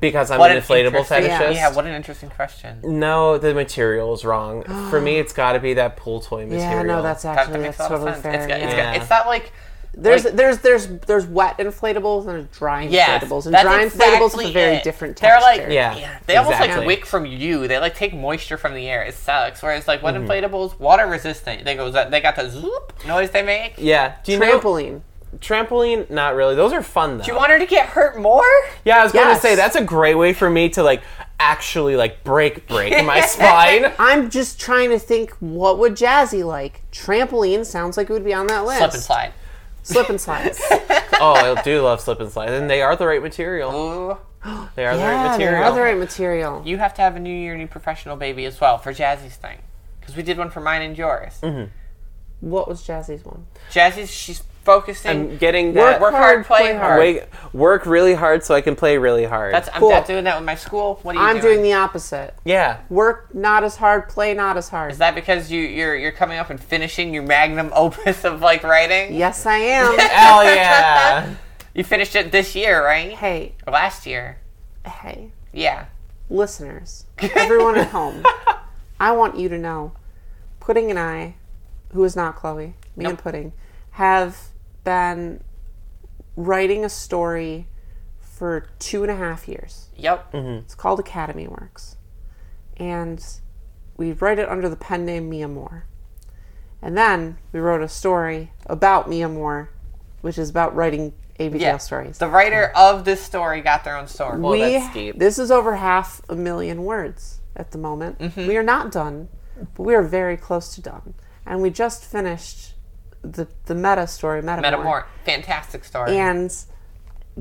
[SPEAKER 2] because I'm
[SPEAKER 3] What
[SPEAKER 2] an
[SPEAKER 3] an
[SPEAKER 2] inflatable
[SPEAKER 3] interesting-
[SPEAKER 2] fetishist.
[SPEAKER 3] Yeah, what an interesting question.
[SPEAKER 2] no, the material is wrong. For me, it's got to be that pool toy material.
[SPEAKER 4] Yeah, no, that's
[SPEAKER 3] That,
[SPEAKER 4] actually
[SPEAKER 3] that makes
[SPEAKER 4] that's
[SPEAKER 3] a lot of
[SPEAKER 4] totally
[SPEAKER 3] sense.
[SPEAKER 4] fair.
[SPEAKER 3] It's, got- it's,
[SPEAKER 4] yeah.
[SPEAKER 3] got-
[SPEAKER 2] yeah.
[SPEAKER 3] it's not like
[SPEAKER 4] There's
[SPEAKER 3] like-
[SPEAKER 4] there's there's there's wet inflatables and there's dry
[SPEAKER 3] Yes,
[SPEAKER 4] inflatables. And
[SPEAKER 3] that's
[SPEAKER 4] dry inflatables
[SPEAKER 3] exactly
[SPEAKER 4] is a very
[SPEAKER 3] it.
[SPEAKER 4] different
[SPEAKER 3] They're
[SPEAKER 4] texture.
[SPEAKER 3] like
[SPEAKER 2] Yeah,
[SPEAKER 3] yeah, they almost like
[SPEAKER 2] exactly.
[SPEAKER 3] wick from you. They like take moisture from the air. It sucks. Whereas like wet
[SPEAKER 2] Mm-hmm.
[SPEAKER 3] inflatables, water resistant. They goes they got the zoop noise they make.
[SPEAKER 2] Yeah. Do you
[SPEAKER 4] trampoline.
[SPEAKER 2] know trampoline? Not really. Those are fun though.
[SPEAKER 3] You want her to get hurt more?
[SPEAKER 2] yeah, I was gonna
[SPEAKER 4] Yes.
[SPEAKER 2] say that's a great way for me to like actually like break break my spine.
[SPEAKER 4] I'm just trying to think what would Jazzy like? Trampoline sounds like it would be on that list.
[SPEAKER 3] Slip and slide.
[SPEAKER 4] Slip and slides.
[SPEAKER 2] Oh, I do love slip and slide, and they are the right material.
[SPEAKER 3] Ooh,
[SPEAKER 2] They are the right
[SPEAKER 4] yeah,
[SPEAKER 2] material.
[SPEAKER 4] they're all the right material.
[SPEAKER 3] you have to have a new year, new professional baby as well for Jazzy's thing, because we did one for mine and yours.
[SPEAKER 2] Mm-hmm.
[SPEAKER 4] What was Jazzy's one?
[SPEAKER 3] Jazzy's she's focusing.
[SPEAKER 2] I'm getting that
[SPEAKER 3] work hard, play hard.
[SPEAKER 2] Wait, work really hard so I can play really hard.
[SPEAKER 3] That's
[SPEAKER 4] Cool.
[SPEAKER 3] I'm not doing that with my school. What are you
[SPEAKER 4] I'm doing the opposite.
[SPEAKER 2] yeah.
[SPEAKER 4] Work not as hard, play not as hard.
[SPEAKER 3] Is that because you you're you're coming up and finishing your magnum opus of like writing?
[SPEAKER 4] yes, I am.
[SPEAKER 2] Hell yeah.
[SPEAKER 3] You finished it this year, right?
[SPEAKER 4] hey,
[SPEAKER 3] Or Last year.
[SPEAKER 4] hey,
[SPEAKER 3] Yeah.
[SPEAKER 4] listeners, everyone at home, I want you to know Pudding and I, who is not Chloe, me and Pudding, have been writing a story for two and a half years.
[SPEAKER 3] Yep.
[SPEAKER 4] Mm-hmm. It's called Academy Works. And we write it under the pen name Mia Moore. And then we wrote a story about Mia Moore, which is about writing ABDL
[SPEAKER 3] Yeah.
[SPEAKER 4] stories.
[SPEAKER 3] The writer of this story got their own story.
[SPEAKER 4] we,
[SPEAKER 2] Oh, that's deep.
[SPEAKER 4] This is over half a million words at the moment.
[SPEAKER 2] Mm-hmm.
[SPEAKER 4] We are not done, but we are very close to done. And we just finished the, the meta story, Meta,
[SPEAKER 3] Metamor, fantastic story.
[SPEAKER 4] and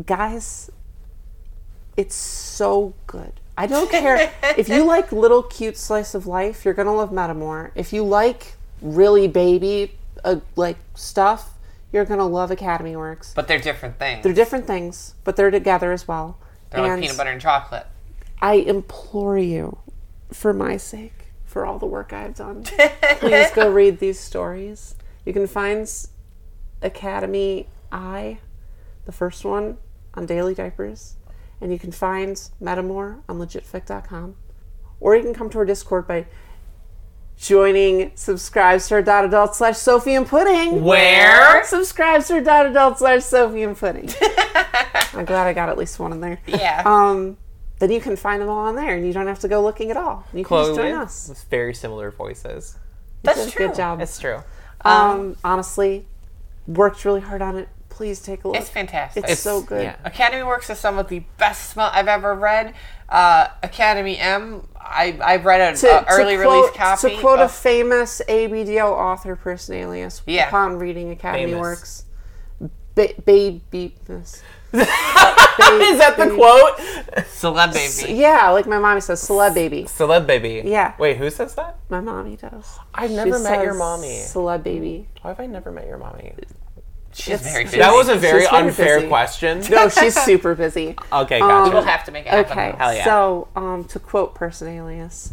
[SPEAKER 4] guys, it's so good. I don't care if you like little cute slice of life, you're gonna love Metamore. If you like really baby uh, like stuff, you're gonna love Academy Works.
[SPEAKER 3] but they're different things.
[SPEAKER 4] They're different things, but they're together as well.
[SPEAKER 3] They're like peanut butter and chocolate.
[SPEAKER 4] I implore you, for my sake, for all the work I've done, please go read these stories. You can find s- Academy I, the first one, on Daily Diapers, and you can find Metamore on legitfic.com. Or you can come to our Discord by joining subscribestar.adult slash Sophie and Pudding.
[SPEAKER 2] Where?
[SPEAKER 4] Subscribestar.adult slash Sophie and Pudding. I'm glad I got at least one in there.
[SPEAKER 3] Yeah.
[SPEAKER 4] Um, then you can find them all on there, and you don't have to go looking at all. You can just
[SPEAKER 2] Chloe
[SPEAKER 4] join us.
[SPEAKER 2] with very similar voices.
[SPEAKER 3] That's
[SPEAKER 4] Good-
[SPEAKER 3] true. um,
[SPEAKER 4] Good job.
[SPEAKER 2] It's true.
[SPEAKER 4] Um, honestly, worked really hard on it. Please take a look.
[SPEAKER 3] It's fantastic.
[SPEAKER 4] It's, so good.
[SPEAKER 2] yeah.
[SPEAKER 3] Academy Works is some of the best smell I've ever read. Uh, Academy M, I, I've read an
[SPEAKER 4] To,
[SPEAKER 3] uh,
[SPEAKER 4] to
[SPEAKER 3] early
[SPEAKER 4] quote,
[SPEAKER 3] release copy.
[SPEAKER 4] To quote a
[SPEAKER 3] of-
[SPEAKER 4] famous ABDL author person alias
[SPEAKER 3] Yeah.
[SPEAKER 4] upon reading Academy
[SPEAKER 2] Famous.
[SPEAKER 4] Works, ba- babe beepness.
[SPEAKER 2] Is that the quote?
[SPEAKER 3] celeb baby.
[SPEAKER 4] Yeah, like my mommy says, celeb baby.
[SPEAKER 2] Celeb baby.
[SPEAKER 4] Yeah.
[SPEAKER 2] Wait, who says that?
[SPEAKER 4] My mommy does.
[SPEAKER 2] I've
[SPEAKER 4] She
[SPEAKER 2] never met
[SPEAKER 4] says
[SPEAKER 2] your mommy.
[SPEAKER 4] Celeb baby.
[SPEAKER 2] Why have I never met your mommy?
[SPEAKER 3] She's
[SPEAKER 4] It's-
[SPEAKER 3] very busy.
[SPEAKER 2] That was a very
[SPEAKER 4] She's very
[SPEAKER 2] unfair
[SPEAKER 4] busy.
[SPEAKER 2] question.
[SPEAKER 4] No, she's Um, super busy.
[SPEAKER 2] Okay, gotcha.
[SPEAKER 3] We'll have to make it happen.
[SPEAKER 4] Okay,
[SPEAKER 2] Hell yeah.
[SPEAKER 4] so um, to quote person alias,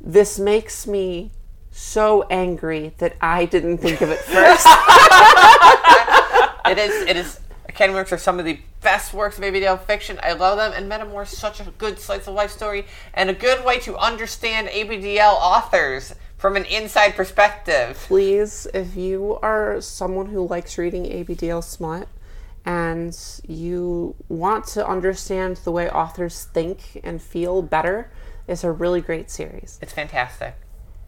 [SPEAKER 4] this makes me so angry that I didn't think of it first.
[SPEAKER 3] It is. It is. Academy Works are some of the best works of Abedale fiction. I love them, and Metamore is such a good slice of life story and a good way to understand ABDL authors from an inside perspective.
[SPEAKER 4] please, if you are someone who likes reading ABDL smut and you want to understand the way authors think and feel better, it's a really great series.
[SPEAKER 3] It's fantastic.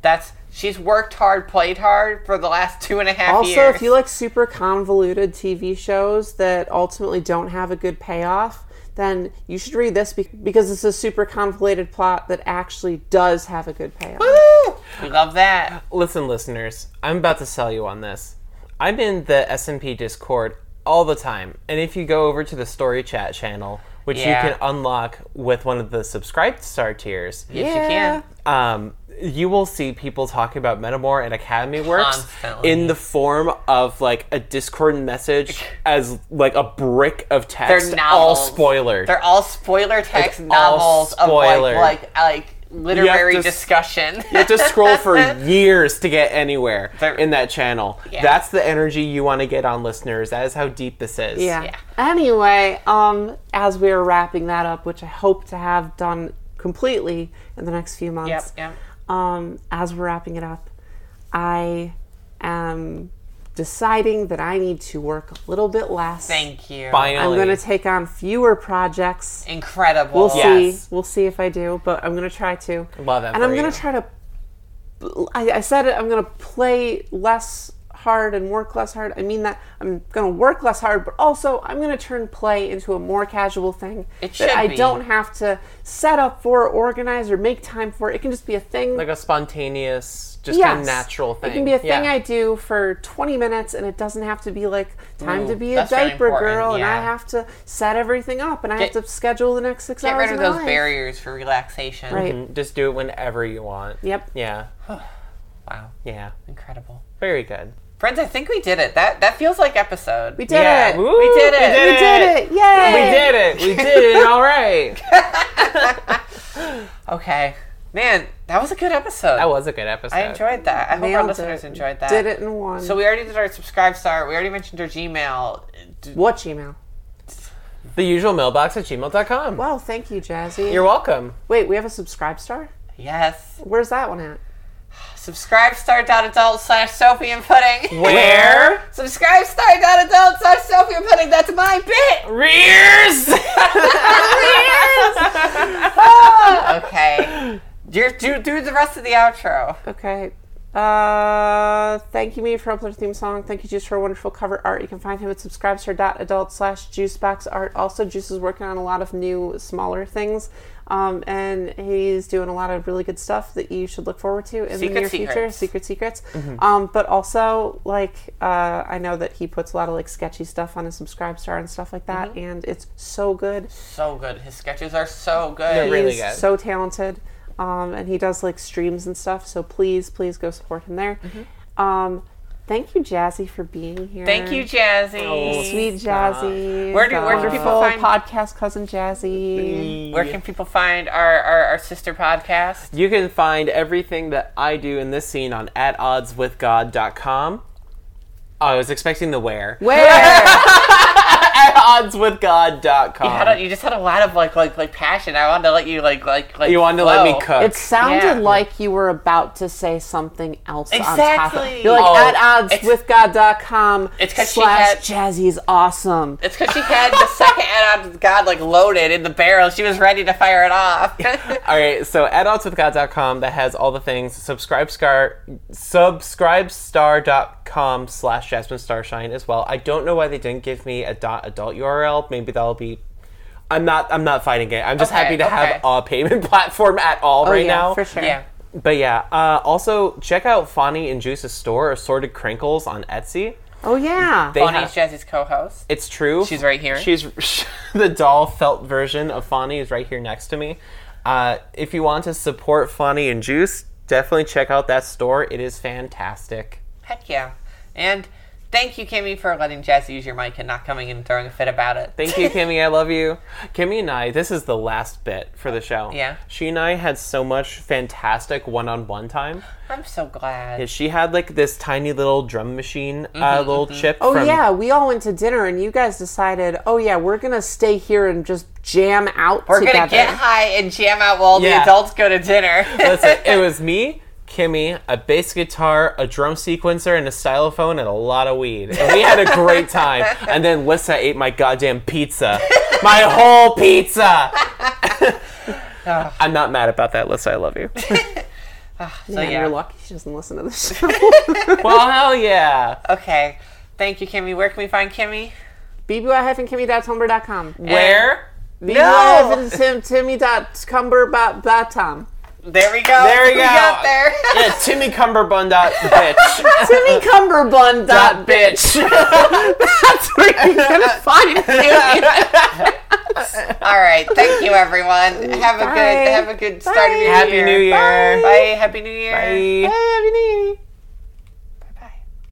[SPEAKER 3] That's she's worked hard, played hard for the last two and a half
[SPEAKER 4] Also,
[SPEAKER 3] years.
[SPEAKER 4] if you like super convoluted TV shows that ultimately don't have a good payoff, then you should read this be- because it's a super convoluted plot that actually does have a good payoff.
[SPEAKER 3] Woo! we love that.
[SPEAKER 2] Listen, listeners, I'm about to sell you on this. I'm in the SMP Discord all the time, and if you go over to the Story Chat channel, which
[SPEAKER 3] Yeah.
[SPEAKER 2] you can unlock with one of the subscribed star tiers,
[SPEAKER 3] Yes, you can.
[SPEAKER 2] um, you will see people talking about Metamore and Academy Works
[SPEAKER 3] Constantly.
[SPEAKER 2] in the form of like a Discord message as like a brick of text,
[SPEAKER 3] They're
[SPEAKER 2] all
[SPEAKER 3] novels.
[SPEAKER 2] spoiler.
[SPEAKER 3] They're all spoiler text
[SPEAKER 2] It's all
[SPEAKER 3] novels
[SPEAKER 2] spoiler.
[SPEAKER 3] of like like like literary
[SPEAKER 2] to s-
[SPEAKER 3] discussion.
[SPEAKER 2] you have to scroll for years to get anywhere
[SPEAKER 3] They're-
[SPEAKER 2] in that channel.
[SPEAKER 3] Yeah.
[SPEAKER 2] That's the energy you want to get on listeners. That is how deep this is.
[SPEAKER 4] Yeah.
[SPEAKER 3] Yeah.
[SPEAKER 4] Anyway, um, as we are wrapping that up, which I hope to have done completely in the next few
[SPEAKER 3] Yep,
[SPEAKER 4] months,
[SPEAKER 3] yep.
[SPEAKER 4] um, as we're wrapping it up, I am deciding that I need to work a little bit less.
[SPEAKER 3] Thank you.
[SPEAKER 4] I'm
[SPEAKER 2] Finally.
[SPEAKER 4] going to take on fewer projects.
[SPEAKER 3] Incredible.
[SPEAKER 4] We'll
[SPEAKER 2] Yes.
[SPEAKER 4] see. We'll see if I do, but I'm going to try to.
[SPEAKER 2] Love that
[SPEAKER 4] And
[SPEAKER 2] for
[SPEAKER 4] I'm going
[SPEAKER 2] you.
[SPEAKER 4] to try to. I, I said it. I'm going to play less hard and work less hard. I mean that I'm going to work less hard, but also I'm going to turn play into a more casual thing
[SPEAKER 3] It
[SPEAKER 4] that
[SPEAKER 3] should
[SPEAKER 4] I
[SPEAKER 3] be.
[SPEAKER 4] don't have to set up for, organize, or make time for. It can just be a thing.
[SPEAKER 2] Like a spontaneous, just
[SPEAKER 4] Yes.
[SPEAKER 2] kind of natural thing.
[SPEAKER 4] It can be a thing
[SPEAKER 2] Yeah.
[SPEAKER 4] I do for 20 minutes, and it doesn't have to be like time to be a
[SPEAKER 3] that's very
[SPEAKER 4] diaper
[SPEAKER 3] important,
[SPEAKER 4] girl, and I
[SPEAKER 3] yeah.
[SPEAKER 4] have to set everything up, and I
[SPEAKER 3] Get-
[SPEAKER 4] have to schedule the next six
[SPEAKER 3] Get
[SPEAKER 4] hours.
[SPEAKER 3] rid of
[SPEAKER 4] my
[SPEAKER 3] those
[SPEAKER 4] life.
[SPEAKER 3] barriers for relaxation.
[SPEAKER 4] Right.
[SPEAKER 2] Mm, Just do it whenever you want.
[SPEAKER 4] Yep.
[SPEAKER 2] Yeah.
[SPEAKER 3] Wow.
[SPEAKER 2] Yeah.
[SPEAKER 3] Incredible.
[SPEAKER 2] Very good.
[SPEAKER 3] Friends, I think we did it. That that feels like episode.
[SPEAKER 4] We did it.
[SPEAKER 2] Woo,
[SPEAKER 3] We did it.
[SPEAKER 4] We did it. Yay.
[SPEAKER 2] We did it. We did it. All right.
[SPEAKER 3] okay. Man, that was a good episode.
[SPEAKER 2] That was a good episode.
[SPEAKER 3] I enjoyed that. I hope our
[SPEAKER 4] Nailed
[SPEAKER 3] listeners
[SPEAKER 4] it.
[SPEAKER 3] enjoyed that.
[SPEAKER 4] Did it in one.
[SPEAKER 3] So we already did our subscribe star. We already mentioned our Gmail. D-
[SPEAKER 4] what Gmail?
[SPEAKER 2] The usual mailbox at gmail.com.
[SPEAKER 4] Wow, thank you, Jazzy.
[SPEAKER 2] You're welcome.
[SPEAKER 4] Wait, we have a subscribe star?
[SPEAKER 3] Yes.
[SPEAKER 4] Where's that one at?
[SPEAKER 3] Subscribe star.adult slash Sophie and Pudding.
[SPEAKER 2] Where?
[SPEAKER 3] Subscribe star.adult slash Sophie and Pudding. That's my bit.
[SPEAKER 2] Rears!
[SPEAKER 3] okay. You're, do, do the rest of the outro.
[SPEAKER 4] Okay. Uh, thank you, me, for uploading theme song. Thank you, Juice, for wonderful cover art. You can find him at subscribestar.adult slash juiceboxart. Also, Juice is working on a lot of new, smaller things. Um, and he's doing a lot of really good stuff that you should look forward to in the
[SPEAKER 3] Secret
[SPEAKER 4] near future.
[SPEAKER 3] secrets.
[SPEAKER 4] Secret Secrets. Um, but also, like, uh, I know that he puts a lot of, like, sketchy stuff on his Subscribestar and stuff like that.
[SPEAKER 3] Mm-hmm.
[SPEAKER 4] And it's so good.
[SPEAKER 3] So good. His sketches are so good.
[SPEAKER 2] They're really
[SPEAKER 4] He's
[SPEAKER 2] good.
[SPEAKER 4] so talented, um, and he does like streams and stuff. So please, please go support him there. Um, thank you, Jazzy, for being
[SPEAKER 3] Mm-hmm.
[SPEAKER 4] here.
[SPEAKER 3] Thank
[SPEAKER 2] Mm.
[SPEAKER 3] you, Jazzy.
[SPEAKER 2] Oh,
[SPEAKER 4] sweet Jazzy.
[SPEAKER 3] Where do- where can
[SPEAKER 4] The
[SPEAKER 3] people
[SPEAKER 4] wonderful
[SPEAKER 3] find-
[SPEAKER 4] podcast cousin Jazzy?
[SPEAKER 3] Where can people find our, our, our sister podcast?
[SPEAKER 2] You can find everything that I do in this scene on atoddswithgod.com. Oh, I was expecting the where.
[SPEAKER 4] Where?
[SPEAKER 2] At oddswithgod.com.
[SPEAKER 3] You,
[SPEAKER 2] Um,
[SPEAKER 3] had a, you just had a lot of like like like passion. I wanted to let you like like like.
[SPEAKER 2] You wanted to let me
[SPEAKER 3] flow.
[SPEAKER 2] cook.
[SPEAKER 4] It sounded
[SPEAKER 3] Yeah.
[SPEAKER 4] like you were about to say something else on top of
[SPEAKER 3] Exactly.
[SPEAKER 4] You're like,
[SPEAKER 3] Oh,
[SPEAKER 4] at odds
[SPEAKER 3] it's-
[SPEAKER 4] with God.com
[SPEAKER 3] it's 'cause she
[SPEAKER 4] slash
[SPEAKER 3] had-
[SPEAKER 4] Jazzy's awesome.
[SPEAKER 3] It's because she had the second ad on God like loaded in the barrel. She was ready to fire it off.
[SPEAKER 2] all right, so adultswithgod.com that has all the things. Subscribestar, subscribestar.com slash Jasmine Starshine as well. I don't know why they didn't give me a dot adult URL. Maybe that'll be. I'm not. I'm not fighting it. I'm just
[SPEAKER 3] Okay,
[SPEAKER 2] happy to
[SPEAKER 3] okay.
[SPEAKER 2] have a payment platform at all right
[SPEAKER 4] Oh, yeah,
[SPEAKER 2] now.
[SPEAKER 4] for sure.
[SPEAKER 3] yeah.
[SPEAKER 2] But yeah. Uh, also, check out Fonny and Juice's store, Assorted Crinkles, on Etsy.
[SPEAKER 4] Oh, yeah.
[SPEAKER 2] They
[SPEAKER 3] Bonnie's
[SPEAKER 2] have-
[SPEAKER 3] Jazzy's co-host.
[SPEAKER 2] It's true.
[SPEAKER 3] She's right here.
[SPEAKER 2] She's the doll felt version of Fonny is right here next to me. Uh, if you want to support Fonny and Juice, definitely check out that store. It is fantastic.
[SPEAKER 3] Heck yeah. And thank you, Kimmy, for letting Jazzy use your mic and not coming in and throwing a fit about it.
[SPEAKER 2] Thank you, Kimmy. I love you. Kimmy and I, this is the last bit for the show.
[SPEAKER 3] Yeah.
[SPEAKER 2] She and I had so much fantastic one on one time.
[SPEAKER 3] I'm so glad.
[SPEAKER 2] She had like this tiny little drum machine uh,
[SPEAKER 3] Mm-hmm,
[SPEAKER 2] little chip.
[SPEAKER 4] Oh
[SPEAKER 2] from-
[SPEAKER 4] yeah, we all went to dinner and you guys decided, oh yeah, we're gonna stay here and just jam out
[SPEAKER 3] We're
[SPEAKER 4] together.
[SPEAKER 3] gonna get high and jam out while the
[SPEAKER 2] Yeah.
[SPEAKER 3] adults go to dinner.
[SPEAKER 2] Listen, it was me, Kimmy, a bass guitar, a drum sequencer, and a xylophone, and a lot of weed. And we had a great time. And then Lissa ate my goddamn pizza. My whole pizza! I'm not mad about that, Lissa. I love you.
[SPEAKER 3] so
[SPEAKER 4] Man,
[SPEAKER 3] yeah.
[SPEAKER 4] you're lucky she doesn't listen to this show.
[SPEAKER 2] Well, hell yeah.
[SPEAKER 3] Okay. Thank you, Kimmy. Where can we find Kimmy?
[SPEAKER 4] BBY-Kimmy.tumblr.com.
[SPEAKER 2] Where?
[SPEAKER 3] No.
[SPEAKER 4] Timmy.cumber.com.
[SPEAKER 3] There we go.
[SPEAKER 2] There we
[SPEAKER 3] we
[SPEAKER 2] go.
[SPEAKER 3] got there.
[SPEAKER 2] Yeah, Timmy Cumberbund dot bitch.
[SPEAKER 4] Timmy Cumberbund.
[SPEAKER 2] Dot bitch.
[SPEAKER 4] That's where you're gonna find it.
[SPEAKER 3] All right. Thank you, everyone. Have a
[SPEAKER 4] Bye.
[SPEAKER 3] good have a good start of your
[SPEAKER 2] Happy
[SPEAKER 3] year.
[SPEAKER 2] New Year.
[SPEAKER 3] Bye. Happy New Year.
[SPEAKER 2] Bye.
[SPEAKER 4] Hey, Vinny.